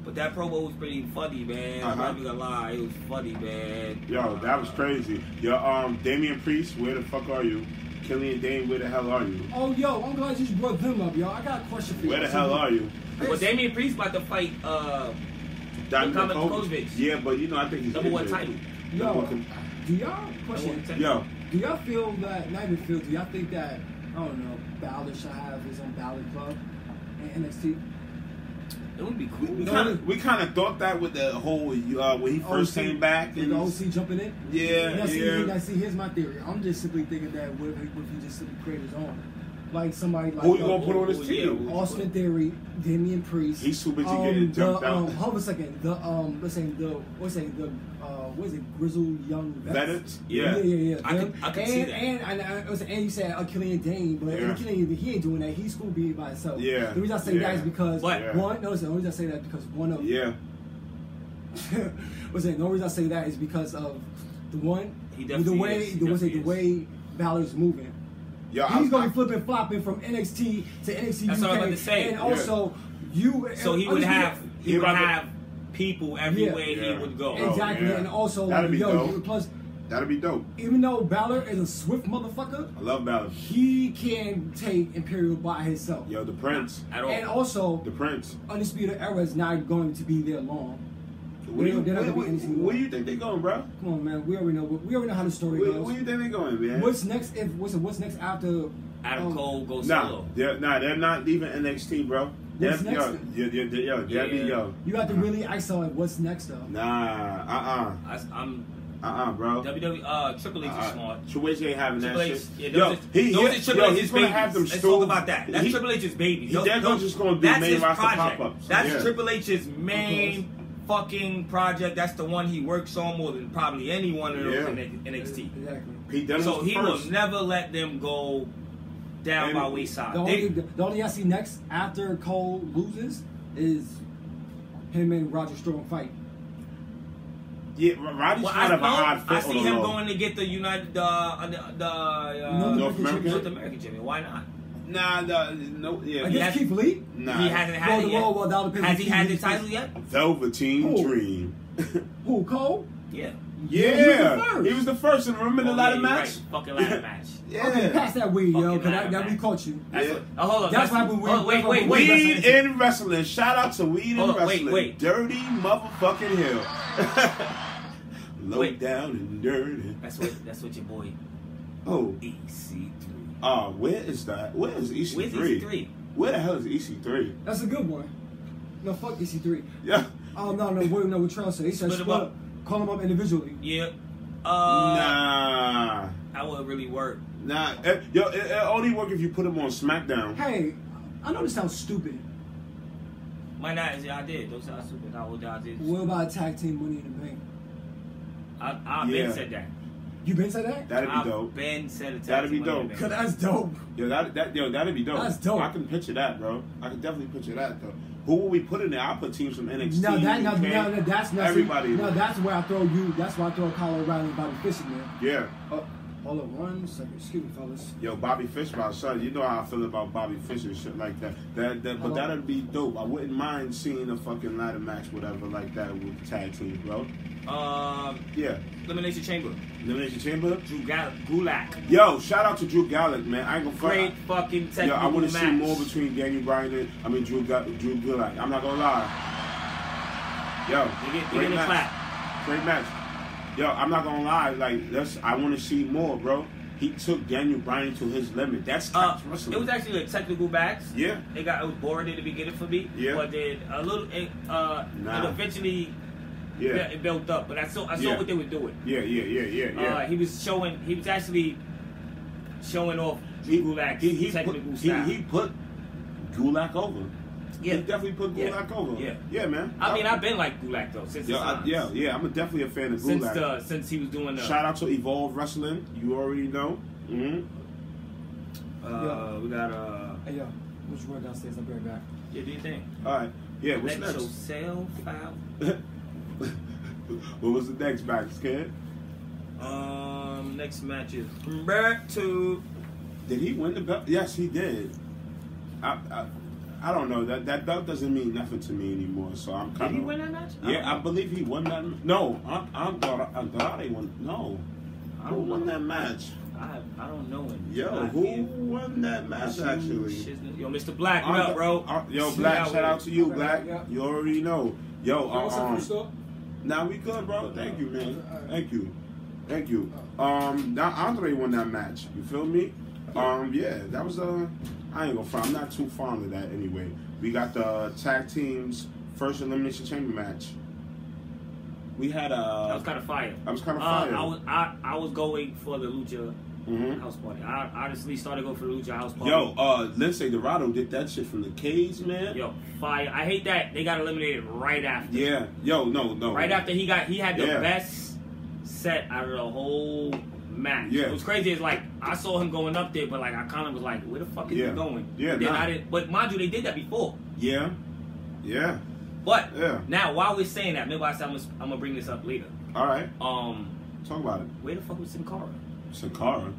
S2: but that promo was pretty funny, man. I'm
S1: Uh-huh.
S2: not gonna lie, it was funny, man.
S1: Yo, that was crazy. Yo, um, Damian Priest, where the fuck are you? Killian Dane, where the hell are you?
S3: Oh, yo, I'm glad you brought them up, yo. I got a question for you.
S1: Where the hell are you?
S2: Well, Damian Priest about to fight. Uh,
S1: Donovan
S2: Donovan
S1: Kovac.
S2: Kovac.
S1: Yeah, but you know I think he's
S2: Number one
S1: injured.
S2: title.
S1: Number
S3: Yo,
S1: one-
S3: do y'all question?
S1: Yo,
S3: Do y'all feel that? Not even feel. Do y'all think that? I don't know. Balor should have his own Balor Club in NXT.
S2: it would be
S1: we
S2: cool.
S1: kind of we kind of thought that with the whole uh, when he first
S3: OC
S1: came back
S3: Oh, with
S1: and
S3: the OC jumping in.
S1: Yeah,
S3: And that's the
S1: yeah.
S3: thing I see. Here's my theory. I'm just simply thinking that what if, what if he just simply create his own, like somebody like
S1: who you
S3: uh,
S1: gonna put on his
S2: Oh, yeah,
S1: team?
S2: we-
S3: Austin Theory, Damian Priest.
S1: He's too busy
S3: um,
S1: getting jumped
S3: the, Um,
S1: out.
S3: hold on a second. The um, let's say the what's say the uh, what is it? Grizzled young
S1: Veterans?
S3: vets.
S1: Yeah.
S3: yeah, yeah. yeah.
S2: I
S3: them.
S2: could- I could
S3: and,
S2: see that.
S3: And and, and, and, and you said uh, Killian Dane, but
S1: Yeah.
S3: Killian he ain't doing that. He's school being by himself.
S1: Yeah,
S3: The reason I say
S1: yeah.
S3: that is because
S2: But-
S1: Yeah.
S3: one. No, the reason I say that because one of
S1: Yeah,
S3: was it? The reason I say that is because of the one,
S2: He
S3: the
S2: definitely
S3: way,
S2: is. He
S3: the, was it,
S2: definitely
S3: the way Balor's moving.
S1: yo,
S3: He's
S1: I,
S3: gonna
S1: I,
S3: be flipping, flopping from NXT to
S2: That's
S3: NXT
S2: what
S3: UK,
S2: I was about to say.
S3: and
S2: Yeah.
S3: also you.
S2: So he
S3: and-
S2: would
S3: I just-
S2: have he
S1: Yeah,
S2: would
S1: but-
S2: have people everywhere
S1: Yeah.
S2: he would go.
S1: Oh,
S3: exactly,
S1: yeah.
S3: and also
S1: That'd be
S3: like, yo,
S1: dope.
S3: you- plus
S1: that'd be dope.
S3: even though Balor is a swift motherfucker,
S1: I love Balor.
S3: he can take Imperial by himself.
S1: Yo, the Prince,
S2: At all.
S3: And also,
S1: the Prince.
S3: Undisputed Era is not going to be there long.
S1: Where you,
S3: They're
S1: where,
S3: not gonna be
S1: where-
S3: anything
S1: where you think they going, bro?
S3: Come on, man, we already know. We already know how the story
S1: Where,
S3: goes.
S1: where you think they going, man?
S3: What's next? If what's what's next after
S2: Adam
S3: um,
S2: Cole goes
S1: Nah,
S2: solo.
S1: they're, nah, they're not leaving NXT, bro. They're,
S3: What's next
S1: yo,
S3: then?
S1: yo, yo, yo, yo, that'd be
S2: Yeah.
S1: yo.
S3: You have to
S2: Uh-huh.
S3: really ice on what's next though.
S1: Nah, uh,
S2: I, am
S1: uh-uh, uh, uh, uh, bro.
S2: WWE uh, Triple H is
S1: Uh-uh.
S2: smart.
S1: Triple H ain't having
S2: Triple
S1: that
S2: H,
S1: shit.
S2: yeah,
S1: yo,
S2: those,
S1: he,
S2: is, those
S1: he-
S2: are Triple
S1: yo,
S2: H's
S1: he's gonna
S2: babies.
S1: have them
S2: Let's
S1: stools.
S2: talk about that. That's
S1: He-
S2: Triple H's baby.
S1: he
S2: Those-
S1: definitely
S2: those-
S1: just gonna do
S2: that's
S1: main
S2: his
S1: roster
S2: project.
S1: pop-ups.
S2: That's
S1: Yeah.
S2: Triple H's
S3: Of
S2: main fucking project. That's the one he works on more than probably anyone else
S1: Yeah.
S2: in NXT.
S3: Exactly.
S1: Pete Dunne
S2: So
S1: was the
S2: he
S1: first.
S2: will never let them go down
S1: And
S2: by wayside.
S3: The
S2: They-
S3: only, the, only I see next after Cole loses is him and Roger Strong fight.
S1: Yeah, Roddy's
S2: well, I,
S1: kind of an
S2: know-
S1: odd fit
S2: I see
S1: on
S2: him
S1: the road.
S2: going to get the United uh, the the uh,
S1: North
S3: North American
S1: American?
S2: North
S3: Championship.
S2: American champion. Why not?
S1: Nah, nah, no, yeah,
S2: he
S3: Against
S2: has-
S3: Keith Lee?
S1: nah.
S2: He hasn't had
S3: Well,
S2: it
S3: the-
S2: yet.
S3: well, well, that'll depend
S2: Has
S3: on
S2: he had
S3: who
S2: the
S3: he
S2: title
S3: is.
S2: yet?
S1: Velveteen
S3: Who?
S1: Dream.
S3: Who, Cole?
S2: Yeah.
S1: yeah,
S3: he was the first.
S1: he was the first. And remember the
S2: Oh,
S1: ladder
S2: yeah, you're
S1: match?
S2: right. Fucking ladder match.
S1: Yeah.
S3: Okay, pass that weed, yo,
S2: Fucking
S3: because that,
S2: Iron
S3: that
S2: Man.
S3: we caught you.
S2: That's
S1: Yeah.
S2: what, oh, hold on.
S3: That's why we-
S2: Oh, wait, wait, wait.
S1: Weed in wrestling. Shout out to Weed in
S2: Hold on, wait,
S1: wrestling.
S2: wait.
S1: Dirty motherfucking hill. Low
S2: Wait.
S1: down and dirty.
S2: That's what. That's what your boy
S1: Oh,
S2: EC3.
S1: uh, where is that? Where is EC3?
S2: Where's E EC3?
S1: Where the hell is E EC3?
S3: That's a good one. No, fuck E EC3.
S1: Yeah.
S3: Oh, no, no, wait, no, what Trell said. He said,
S2: Split
S3: split
S2: him up.
S3: up. Call him up individually.
S2: Yeah. Uh,
S1: nah.
S2: That would really work.
S1: Nah. Eh, Yo, it, it only work if you put him on SmackDown.
S3: Hey, I know this sounds stupid.
S2: Might not. Yeah, I did. Those are super. I would. I did.
S3: What about tag team money in the bank?
S2: I, I've
S1: Yeah.
S2: been said that.
S3: You been to that?
S1: That'd be
S2: I've
S1: dope.
S2: been said a
S1: That'd be dope.
S3: Cause that's dope.
S1: Yo, that, that yo, that'd be dope.
S3: That's dope.
S1: I can picture that, bro. I can definitely picture that, though. Who will we put in there? I'll put teams from NXT.
S3: No, that, no,
S1: UK,
S3: no, no, that's not
S1: everybody.
S3: No, that's where I throw you. That's where I throw Kyle O'Reilly and Bobby Fischer, man.
S1: yeah.
S3: Oh, hold on one second. Excuse me, fellas.
S1: Yo, Bobby Fischer, my son, you know how I feel about Bobby Fischer and shit like that. That, that but
S3: Hello.
S1: that'd be dope. I wouldn't mind seeing a fucking ladder match, whatever, like that with the tag team, bro.
S2: Um,
S1: Yeah,
S2: Elimination Chamber.
S1: Elimination Chamber.
S2: Drew Gall- Gulak.
S1: Yo, shout out to Drew Gallant, man. I ain't gonna fuck.
S2: Great fucking
S1: Yo,
S2: technical
S1: I want to see
S2: match.
S1: more between Daniel Bryan and I mean Drew Ga- Drew Gulak. I'm not gonna lie. Yo,
S2: You get, you
S1: great
S2: get a
S1: match.
S2: clap.
S1: Great match. Yo, I'm not gonna lie. Like, that's I want to see more, bro. He took Daniel Bryan to his limit. That's
S2: Uh,
S1: catch wrestling.
S2: it was actually a technical match.
S1: yeah.
S2: It got it was boring in the beginning for me.
S1: Yeah.
S2: But then a little, it, uh,
S1: Nah.
S2: it eventually
S1: Yeah.
S2: bu- it built up. But I saw, I saw
S1: Yeah.
S2: what they were doing.
S1: Yeah, yeah, yeah, yeah, yeah.
S2: Uh, he was showing, he was actually showing off Drew Gulak's
S1: he, he, put,
S2: technical
S1: he,
S2: style.
S1: he put Gulak over.
S2: yeah.
S1: He definitely put
S2: Yeah.
S1: Gulak over.
S2: Yeah.
S1: yeah, man.
S2: I mean, I've been like Gulak though since
S1: Yo,
S2: the
S1: I,
S2: times.
S1: yeah, yeah. I'm definitely a fan of
S2: Since
S1: Gulak.
S2: the since he was doing the
S1: Shout out to Evolve Wrestling. You already know. hmm
S2: Uh,
S3: Yeah.
S2: We got uh,
S3: Hey, yo, what's your word downstairs? I'll be right back.
S2: yeah, do you think?
S1: All right. Yeah. What's
S2: Let
S1: next?
S2: yourself out.
S1: what was the next match, kid?
S2: Um, next match is back to
S1: Did he win the belt? Yes, he did. I, I, I don't know. That that belt doesn't mean nothing to me anymore. So I'm kind
S2: Did
S1: of.
S2: he win that match?
S1: Yeah, I believe he won that. No, I'm I'm Andrade won. No,
S2: I
S1: who
S2: don't
S1: won
S2: know.
S1: that match?
S2: I, have, I don't know him.
S1: Yo,
S2: I
S1: who
S2: give
S1: won that match
S2: two
S1: actually?
S2: shits- Yo, Mr. Black, what up, bro?
S1: Uh, Yo,
S2: Shout
S1: Black,
S2: out.
S1: shout out to you,
S3: Okay,
S1: Black.
S3: yeah.
S1: You already know. Yo,
S3: Y'all
S1: uh,
S3: set
S1: um,
S3: first up?
S1: now we good, bro. Thank you, man.
S3: Alright.
S1: Thank you, thank you. Um, now Andre won that match. You feel me? Um, yeah, that was uh, I ain't gonna. Find, I'm not too fond of that anyway. We got the tag teams first elimination chamber match. We had
S2: That
S1: a.
S2: was kind of fire.
S1: I was kind
S2: Uh,
S1: of fired.
S2: I was I, I was going for the Lucha
S1: Mhm.
S2: house party. I honestly started going for the Lucha house party.
S1: Yo, uh, Lindsay Dorado did that shit from the cage, man.
S2: yo, fire! I hate that they got eliminated right after.
S1: Yeah. Yo, no, no.
S2: Right after he got, he had the
S1: Yeah.
S2: best set out of the whole match.
S1: Yeah.
S2: It was crazy. It's like I saw him going up there, but like I kind of was like, where the fuck is
S1: Yeah.
S2: he going?
S1: Yeah,
S2: Then
S1: nah.
S2: I didn't. But mind you, they did that before.
S1: Yeah. Yeah.
S2: But
S1: Yeah.
S2: now, while we're saying that, maybe I said I'm gonna, I'm gonna bring this up later.
S1: All right.
S2: Um,
S1: Talk about it.
S2: where the fuck was Sin Cara?
S1: Sakara.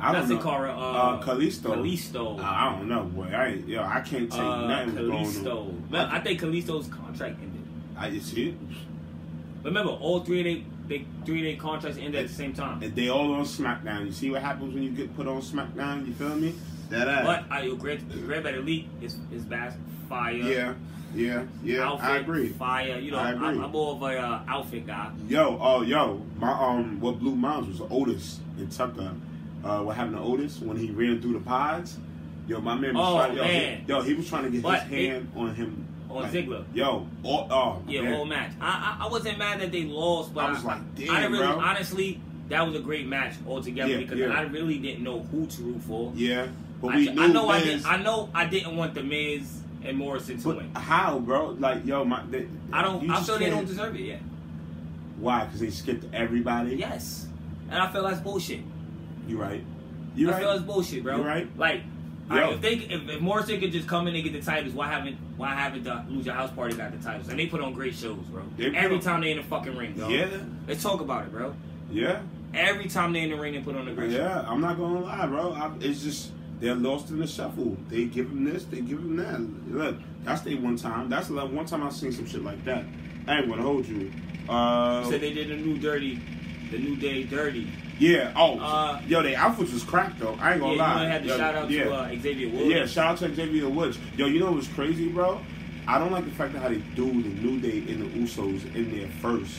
S1: I
S2: Not
S1: don't
S2: Sin
S1: know.
S2: Cara. Uh,
S1: Uh, Kalisto.
S2: Kalisto.
S1: I I don't know, boy. I ain't- yo, I can't take
S2: Uh,
S1: nothing what's going
S2: Kalisto.
S1: on.
S2: Man, I think Kalisto's contract ended.
S1: I you see it,
S2: Remember, all three of they, they three of their contracts ended at the same time.
S1: and they all on SmackDown. You see what happens when you get put on SmackDown? You feel me? That ass.
S2: But I uh, Red, Red Bad Elite is is bas- fire.
S1: yeah, yeah, yeah.
S2: Outfit,
S1: I agree.
S2: Fire. You know,
S1: I
S2: I
S1: agree.
S2: am I'm more of a uh, outfit guy.
S1: Yo, oh yo, my um, what blew mine was Otis and Tucker. Uh, what happened to Otis when he ran through the pods? Yo, my man was
S2: Oh,
S1: trying. Yo,
S2: man.
S1: He, yo, he was trying to get
S2: But
S1: his
S2: it-
S1: hand on him.
S2: on Ziggler.
S1: Yo, oh, oh
S2: Yeah,
S1: man.
S2: whole match. I, I I wasn't mad that they lost, but
S1: I was like, damn,
S2: I didn't really,
S1: bro.
S2: honestly, that was a great match altogether
S1: Yeah,
S2: because
S1: yeah.
S2: I really didn't know who to root for.
S1: Yeah, but
S2: I,
S1: we
S2: I
S1: knew
S2: know I
S1: Miz-
S2: did, I know I didn't want the Miz and Morrison to
S1: but
S2: win.
S1: how, bro? Like, yo, my. They,
S2: I don't.
S1: you
S2: I'm
S1: just
S2: sure they
S1: can't-
S2: don't deserve it yet.
S1: Why? Because they skipped everybody.
S2: Yes, and I feel that's bullshit.
S1: You right. You
S2: I
S1: right.
S2: feel it's bullshit, bro.
S1: You right.
S2: Like,
S1: Yo.
S2: I, if they if, if Morrison could just come in and get the titles, why haven't why haven't the Lucha House Party got the titles? And they put on great shows, bro.
S1: They put
S2: Every
S1: on-
S2: time they in the fucking ring, dog.
S1: Yeah.
S2: Let's talk about it, bro.
S1: yeah.
S2: Every time they in the ring, they put on a great show.
S1: Yeah, I'm not gonna lie, bro. I, it's just they're lost in the shuffle. They give them this, they give them that. Look, that's they one time. That's like one time I seen some shit like that. I ain't gonna hold you. Uh,
S2: So they did the new dirty, the new day dirty.
S1: yeah. Oh,
S2: Uh,
S1: yo, they outfits was crack though. I ain't
S2: Yeah,
S1: gonna
S2: you
S1: lie.
S2: wanna have to
S1: Yo,
S2: shout out
S1: yeah.
S2: to uh, Xavier Woods.
S1: yeah, shout out to Xavier Woods. Yo, you know what's crazy, bro? I don't like the fact that how they do the New Day and the Usos in there first.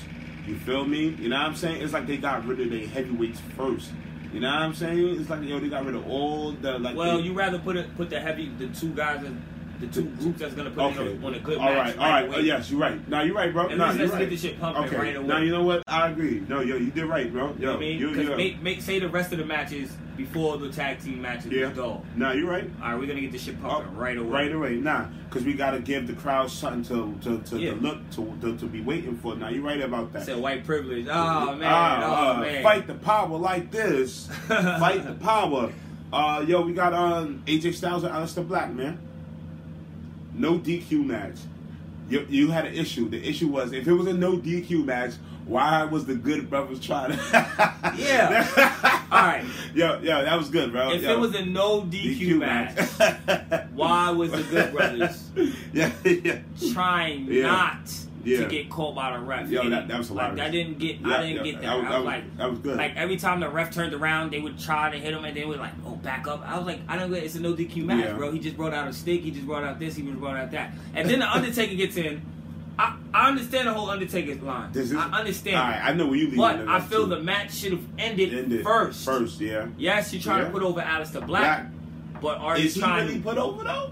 S1: You feel me? You know what I'm saying? It's like they got rid of their heavyweights first. You know what I'm saying? It's like yo, they got rid of all the like.
S2: Well,
S1: they-
S2: you rather put it put the heavy the two guys that, the two groups that's gonna put it on, on a good
S1: all right,
S2: match.
S1: all right.
S2: away.
S1: Oh, yes, you're right. No, you're right, bro.
S2: At
S1: no,
S2: least
S1: you're
S2: let's
S1: right.
S2: get this shit pumping
S1: okay.
S2: right away.
S1: Now you know what? I agree. No, yo, you did right, bro. Yo,
S2: You know what I mean?
S1: you,
S2: 'Cause
S1: yo.
S2: make, make say the rest of the matches before the tag team matches
S1: yeah.
S2: go.
S1: No, you're right.
S2: All right, we're gonna get this shit popping
S1: Oh,
S2: right away.
S1: Right away, nah, because we gotta give the crowd something to to, to,
S2: Yeah.
S1: to look to, to to be waiting for. Now you're right about that.
S2: Said white privilege. Oh man,
S1: Ah,
S2: oh
S1: uh,
S2: man.
S1: Fight the power like this. fight the power. Uh, yo, we got um, AJ Styles and Aleister Black, man. No DQ match. You, you had an issue. The issue was if it was a no DQ match, why was the Good Brothers trying to?
S2: Yeah. All right.
S1: Yo, yo, that was good, bro.
S2: If
S1: Yo.
S2: it was a no
S1: E
S2: DQ, match, E why was the Good Brothers
S1: yeah, yeah.
S2: trying
S1: Yeah.
S2: not
S1: Yeah.
S2: to get caught by the ref?
S1: Yo,
S2: And
S1: that- that was
S2: like,
S1: hilarious.
S2: I didn't get.
S1: Yeah,
S2: I didn't
S1: yeah,
S2: get that.
S1: that was-
S2: I
S1: that
S2: was
S1: was-
S2: like,
S1: that was good.
S2: Like every time the ref turned around, they would try to hit him, and they were like, "Oh, back up." I was like, "I don't get. It's a no DQ match,
S1: Yeah.
S2: bro. He just brought out a stick. He just brought out this. He just brought out that." And then the Undertaker gets in. I, I understand the whole Undertaker's line.
S1: This is-
S2: I understand.
S1: All right, I know where you leave.
S2: But I feel the match should have ended, first.
S1: First, yeah.
S2: Yes, you're trying
S1: Yeah.
S2: to put over Alistair Black, but are
S1: Is
S2: you
S1: he
S2: trying
S1: really
S2: to
S1: put over though?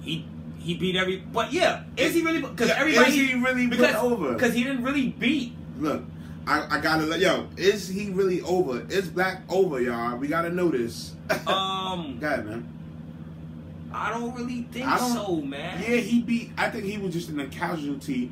S2: he he beat every but yeah, is he really because
S1: Yeah,
S2: everybody
S1: is he really put
S2: because,
S1: over?
S2: Because he didn't really beat
S1: Look, I, I gotta let yo. Is he really over? Is Black over, y'all? We gotta know this.
S2: um
S1: God, man.
S2: I don't really think
S1: I don't-
S2: so,
S1: Yeah,
S2: man.
S1: he beat. I think he was just in a casualty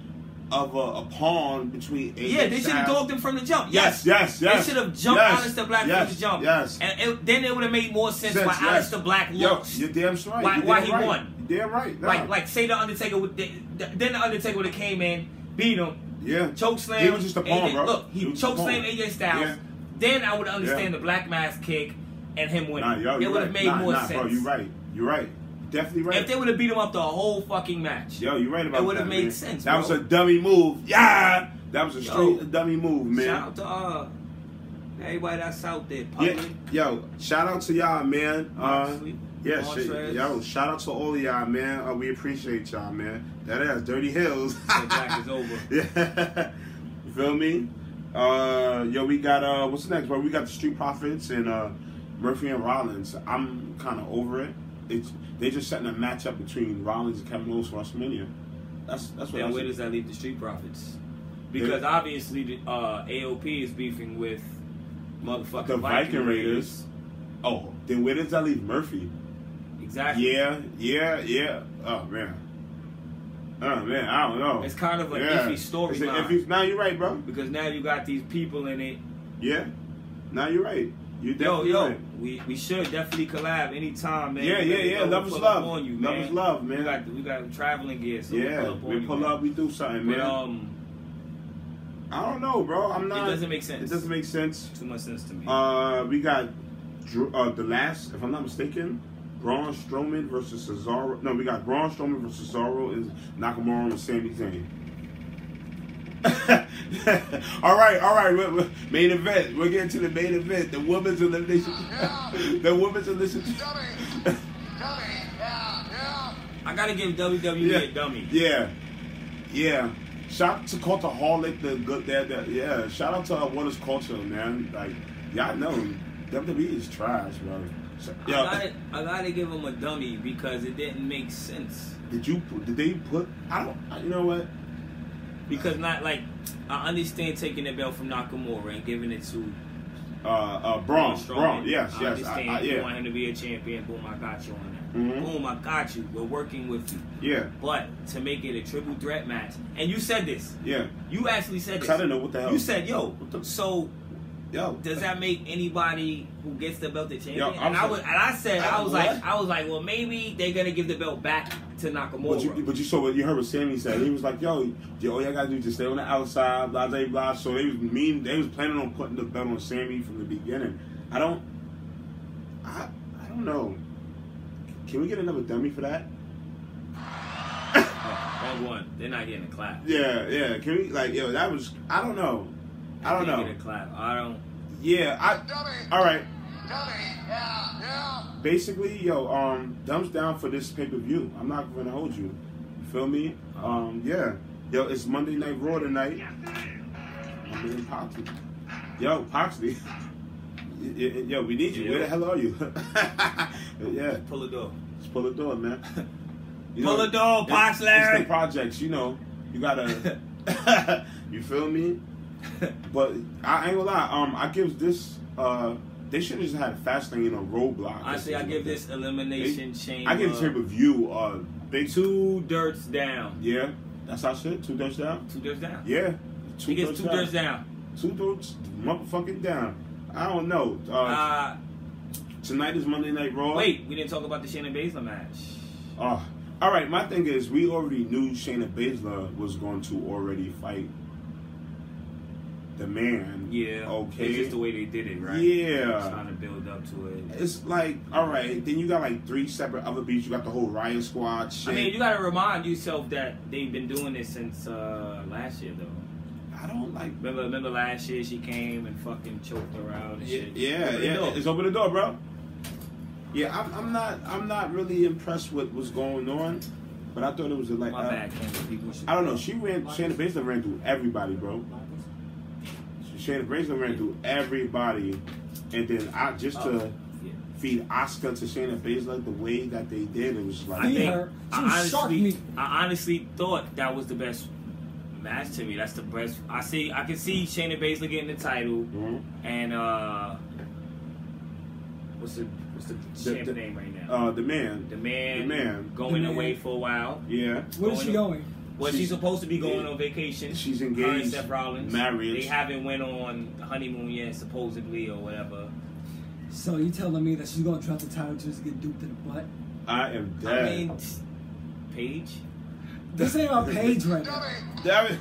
S1: of a, a pawn between. AJ
S2: Yeah, they should have
S1: Styles-
S2: dogged him from the jump.
S1: Yes, yes, yes.
S2: They should have jumped
S1: yes,
S2: Alistair Black
S1: yes,
S2: from the jump.
S1: Yes.
S2: And it, then it would have made more sense, why
S1: Since, yes.
S2: Alistair Black
S1: Yo,
S2: lost.
S1: you're damn right.
S2: Why-
S1: you're
S2: why
S1: damn
S2: he
S1: right.
S2: won.
S1: You're damn right. Nah.
S2: Like, like say the Undertaker would. th- th- Then the Undertaker would have came in, beat him,
S1: yeah.
S2: choke slam.
S1: He was just a pawn,
S2: AJ,
S1: bro.
S2: Look, he,
S1: He was just a
S2: choke slam
S1: pawn.
S2: AJ Styles.
S1: Yeah.
S2: Then I would understand
S1: Yeah.
S2: the Black Mask kick and him winning.
S1: Nah, yo,
S2: it
S1: you're
S2: would have
S1: right.
S2: made
S1: nah,
S2: more
S1: nah,
S2: sense.
S1: Bro, you're right. You're right. Definitely right.
S2: If they would have beat him up the whole fucking match.
S1: Yo, you're right about
S2: It would've
S1: that,
S2: made
S1: man.
S2: sense,
S1: That
S2: bro.
S1: was a dummy move. Yeah, that was a
S2: Yo.
S1: straight dummy move, man.
S2: Shout out to uh, everybody that's out there.
S1: yeah,
S2: Public.
S1: yo, shout out to y'all, man. Uh,
S2: Moxley,
S1: yeah,
S2: Montrez.
S1: shit, yo, shout out to all of y'all, man. Uh, we appreciate y'all, man. That ass, Dirty Hills.
S2: That black is over.
S1: yeah, you feel me? Uh, yo, we got uh, what's next, bro? We got the Street Profits and uh, Murphy and Rollins. I'm kind of over it. It's they just setting a matchup between Rollins and Kevin Owens for WrestleMania. That's that's what. I
S2: Then where does that leave the street profits? Because obviously, the, uh, AOP is beefing with motherfucking
S1: The Viking Raiders. Oh, then where does that leave Murphy?
S2: Exactly.
S1: Yeah, yeah, yeah. Oh man. Oh man, I don't know.
S2: It's kind of an
S1: Yeah.
S2: iffy
S1: It's an
S2: storyline.
S1: iffy- Now you're right, bro.
S2: Because now you got these people in it.
S1: Yeah. Now you're right. You
S2: Yo,
S1: definitely
S2: yo,
S1: right.
S2: we, we should definitely collab anytime, man.
S1: Yeah,
S2: We
S1: yeah,
S2: really
S1: yeah.
S2: go
S1: Love
S2: pull
S1: is
S2: up
S1: love.
S2: On you,
S1: Love
S2: man.
S1: is love, man.
S2: We got we got traveling gear, so
S1: yeah,
S2: we pull up on
S1: we
S2: you,
S1: pull
S2: man.
S1: up, we do something,
S2: But
S1: man.
S2: um,
S1: I don't know, bro. I'm
S2: it
S1: not.
S2: doesn't make sense.
S1: It doesn't make sense.
S2: too much sense to me.
S1: Uh, we got Drew- uh, the last, if I'm not mistaken, Braun Strowman versus Cesaro. No, we got Braun Strowman versus Cesaro and Nakamura and Sami Zayn. all right, all right. we're- we're- main event. We're getting to the main event. The women's elimination. the women's elimination.
S2: I gotta give WWE
S1: yeah,
S2: a dummy.
S1: Yeah, yeah. Shout out to Culture Holic, the good that, that yeah. Shout out to uh, what is culture, man. Like y'all know WWE is trash, bro. So,
S2: I,
S1: yo,
S2: gotta, I gotta give him a dummy because it didn't make sense.
S1: did you put- did they put? I don't. I- You know what?
S2: Because not like I understand taking the belt from Nakamura and giving it to
S1: Uh, uh, Braun,
S2: Strowman.
S1: Braun. Yes,
S2: I
S1: yes. I,
S2: understand
S1: I,
S2: you
S1: yeah,
S2: want him to be a champion. Boom, I got you on that.
S1: Mhm.
S2: Boom, I got you. We're working with you.
S1: yeah,
S2: But to make it a triple threat match, and you said this.
S1: yeah.
S2: You actually said this.
S1: Cause I didn't know what the hell.
S2: You said, yo,
S1: What the-
S2: so
S1: yo.
S2: does that make anybody who gets the belt the champion?
S1: I'm
S2: and I
S1: sorry.
S2: was, and I said, I was
S1: What?
S2: like, I was like, well, maybe they're gonna give the belt back to Nakamura.
S1: But you, but you saw what you heard what Sammy said. He was like, "Yo, yo, all y'all gotta do is just stay on the outside, blah blah blah." So they was mean. They was planning on putting the belt on Sammy from the beginning. I don't, I, I don't know. Can we get another dummy for that?
S2: Oh, wrong one. They're not getting a clap.
S1: Yeah, yeah. Can we like, yo, that was. I don't know. I don't
S2: They're
S1: know.
S2: Getting a clap. I don't.
S1: Yeah, I. All right.
S4: yeah, yeah.
S1: basically, yo, um, thumbs down for this pay per view. I'm not gonna hold you. You feel me? Um, yeah. Yo, it's Monday Night Raw tonight. I'm in Poxley. Yo, Poxley. Y- y- Yo, we need you. Where the hell are you? yeah,
S2: Pull the door.
S1: just pull the door, man.
S2: Pull the door,
S1: it-
S2: Pox Larry.
S1: It's the projects, you know. You gotta. you feel me? But I ain't gonna lie. Um, I give this. Uh, they should have just had fast lane on roadblock.
S2: Honestly, I give this elimination chamber.
S1: I give Chamber View uh big two.
S2: two dirts down.
S1: Yeah, that's our shit. Two dirts down.
S2: Two dirts down.
S1: Yeah, two
S2: he gets two dirts down.
S1: Two dirts, motherfucking down. I don't know. Uh,
S2: Uh,
S1: tonight is Monday Night Raw.
S2: wait, we didn't talk about the Shannon Baszler match.
S1: Uh, all right. My thing is, we already knew Shayna Baszler was going to already fight the man.
S2: Yeah.
S1: Okay.
S2: It's just the way they did it, right?
S1: Yeah.
S2: Trying to build up to it.
S1: It's like, all right, then you got like three separate other beats. You got the whole Riot Squad shit.
S2: I mean, you gotta remind yourself that they've been doing this since uh, last year, though.
S1: I don't like.
S2: Remember, remember last year she came and fucking choked her out and
S1: Yeah,
S2: shit.
S1: yeah,
S2: Remember
S1: yeah.
S2: that?
S1: It's open the door, bro. Yeah, I'm, I'm not, I'm not really impressed with what's going on, but I thought it was like,
S2: My
S1: uh,
S2: bad, Kendall. People should.
S1: I don't know. She ran, Shayna Baszler ran through everybody, bro. Shayna Baszler ran through everybody, and then I just to
S2: Oh, Yeah.
S1: feed Oscar to Shayna Baszler the way that they did, it was just
S2: I
S1: like,
S3: Feed
S2: think
S3: her.
S2: I
S3: She was shark
S2: honestly,
S3: meat.
S2: I honestly thought that was the best match to me. That's the best. I see. I can see Shayna Baszler getting the title,
S1: Mhm.
S2: and uh, what's the what's the champ
S1: the-
S2: name right now?
S1: uh, the man,
S2: the man,
S1: the man.
S2: going
S3: The Man.
S2: away for a while.
S1: yeah.
S3: Where is she going?
S2: Well, she's,
S1: She's-
S2: supposed to be going
S1: yeah.
S2: on vacation.
S1: She's
S2: Her and
S1: engaged,
S2: Seth Rollins.
S1: married.
S2: They haven't went on honeymoon yet, supposedly or whatever.
S3: So you telling me that she's gonna drop the title just to get duped in the butt?
S1: I am
S2: I
S1: dead.
S2: mean, t- Paige.
S3: This ain't on page right now.
S1: That-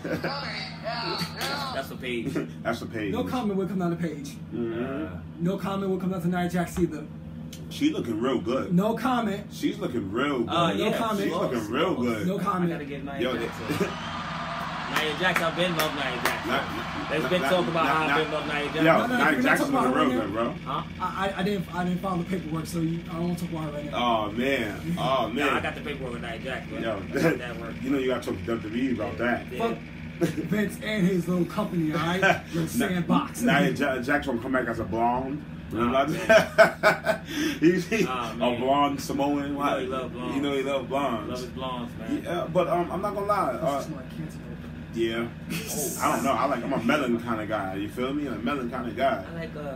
S2: That's a Paige.
S1: That's a page.
S3: No comment will come down the page.
S1: Mhm.
S2: Uh,
S3: No comment will come down to Nia Jax either.
S1: She looking real good.
S3: No comment.
S1: She's looking real good.
S2: uh,
S3: No
S2: yeah,
S3: comment.
S2: she
S1: She's
S2: lost.
S1: looking real good.
S3: No
S2: I
S3: comment.
S2: gotta get Nia
S1: Yo,
S2: Jax.
S1: they-
S2: up. Nia Jax, I've been loved Nia Jax.
S1: Not-
S2: There's
S1: not-
S2: been
S1: not-
S2: talk about
S1: not-
S2: how I've been
S1: not-
S2: loved Nia Jax.
S1: Yo,
S3: no, no,
S1: Nia
S3: we're not
S1: Jax
S3: talking
S1: looking
S3: about
S1: real
S3: her right
S1: good, bro.
S2: Huh?
S3: I, I, I didn't I didn't file the paperwork, so you, I don't talk about it right now.
S1: Oh man. Oh man.
S2: No, I got the paperwork with Nia Jax, bro.
S1: Yo,
S2: I got that work.
S1: you know you gotta talk to WWE about that.
S2: Yeah.
S3: Fuck Vince and his little company, all right? Your sandbox.
S1: Now Jack's gonna come back as a blonde. You know
S2: Ah.
S1: that? He's he-
S2: Ah,
S1: a
S2: man.
S1: blonde Samoan. You
S2: he love blondes.
S1: You know he love
S2: Love
S1: blondes.
S2: is blondes, man.
S1: Yeah, but um, I'm not gonna lie. Uh,
S3: That's my cancer.
S1: yeah, I don't know. I like I'm a melon kind of guy. You feel me? I'm a melon kind of guy.
S2: I like uh,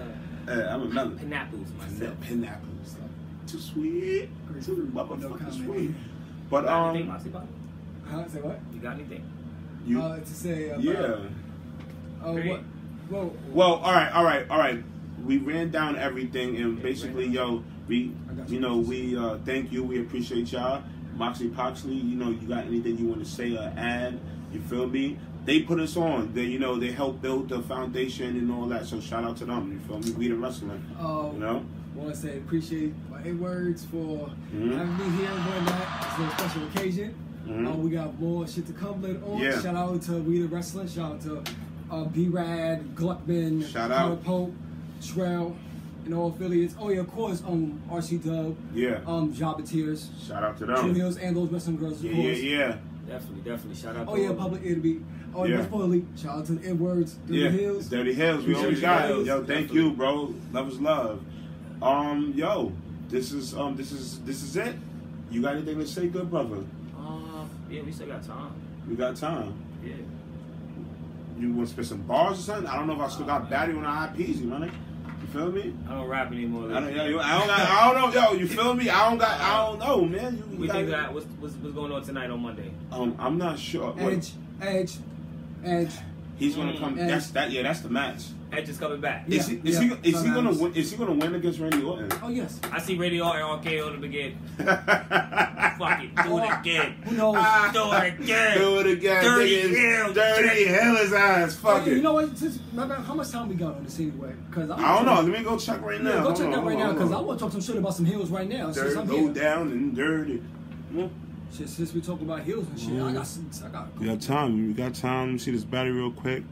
S1: Yeah, I'm a melon.
S2: pineapples myself.
S1: Pin- Pineapples, like, too sweet, too
S3: No
S1: motherfucking
S3: comment.
S1: sweet. But
S2: got anything,
S1: um,
S2: Moxie Bottom?
S3: Huh? Say what?
S2: You got anything?
S1: you,
S3: uh, to say about,
S1: yeah.
S3: Uh, what?
S2: Period.
S3: Whoa.
S1: Well, all right, all right, all right. We ran down everything, and basically, yo, we, you know, we uh, thank you. We appreciate y'all. Moxie Poxley, you know, you got anything you want to say or add? You feel me? They put us on. They, you know, they helped build the foundation and all that. So shout out to them. You feel me? We the wrestling.
S3: Um,
S1: You know?
S3: want to say appreciate my eight words for
S1: Mhm.
S3: having me here and whatnot. It's a special occasion.
S1: Mhm.
S3: Uh, we got more shit to come later on.
S1: Yeah.
S3: Shout out to We the Wrestling. Shout out to uh, B Rad, Gluckman,
S1: Shout
S3: Carl
S1: out.
S3: Pope, Shrell, and all affiliates. Oh, yeah, of course, um, RC Dub,
S1: Yeah.
S3: um, Jabba Tears,
S1: Shout out to
S3: True
S1: them.
S3: Hills, and those Wrestling Girls, of
S1: Yeah,
S3: course.
S1: yeah, yeah.
S2: Definitely, definitely. Shout out.
S3: Oh,
S2: to
S3: yeah,
S2: all of
S3: Public Enemy. Oh,
S1: Yeah.
S3: yeah. Spoiler, shout out to the Edwards, Dirty
S1: yeah.
S3: Hills.
S1: Dirty Hills. We always
S2: Dirty
S1: got it.
S2: Hills,
S1: Yo, thank
S2: definitely.
S1: you, bro. Love is love. Um, yo, this is um, this is this is it. You got anything to say, good brother?
S2: them. Uh, yeah, we still got time.
S1: We got time.
S2: Yeah.
S1: You want to spit some bars or something? I don't know if I still got battery on the IPs, you money. You feel me?
S2: I don't rap anymore.
S1: I don't, yo, yo, I don't, got, I don't know, yo. You feel me? I don't got, I don't know, man. You, you
S2: We
S1: got,
S2: think that what's, what's what's going on tonight on Monday?
S1: um, I'm not sure. Wait,
S3: Edge, Edge, Edge.
S1: he's gonna come.
S3: Mm.
S1: That's that. Yeah, that's the match.
S2: Edge is coming back.
S3: Yeah,
S1: Is he? Is
S3: yeah,
S1: he? Is he gonna
S3: sometimes.
S1: win? Is he gonna win against Randy Orton?
S3: Oh, yes.
S2: I see Radio and RKO to begin. Fuck
S1: Fuck
S2: it, do it again.
S3: Who knows?
S2: Do it again.
S1: Ah. Do it again.
S2: Dirty
S1: niggas.
S2: hell,
S1: Dirty
S2: check.
S1: hell his eyes.
S3: Oh,
S1: Fuck
S3: yeah,
S1: it.
S3: you know what? Just, matter of fact, how much time we got on this anyway? Because
S1: I don't know. Let me go check right now.
S3: Yeah, go
S1: Hold
S3: check
S1: on,
S3: that
S1: hold
S3: right
S1: on,
S3: now
S1: hold
S3: because I
S1: on.
S3: want to talk some shit about some heels right now. Since
S1: Dirty,
S3: I'm
S1: go
S3: here, Hmm?
S1: down and dirty. Mm.
S3: shit, since we talk about heels and shit, I got, some- I got.
S1: We got time. We got time. Let me see this battery real quick.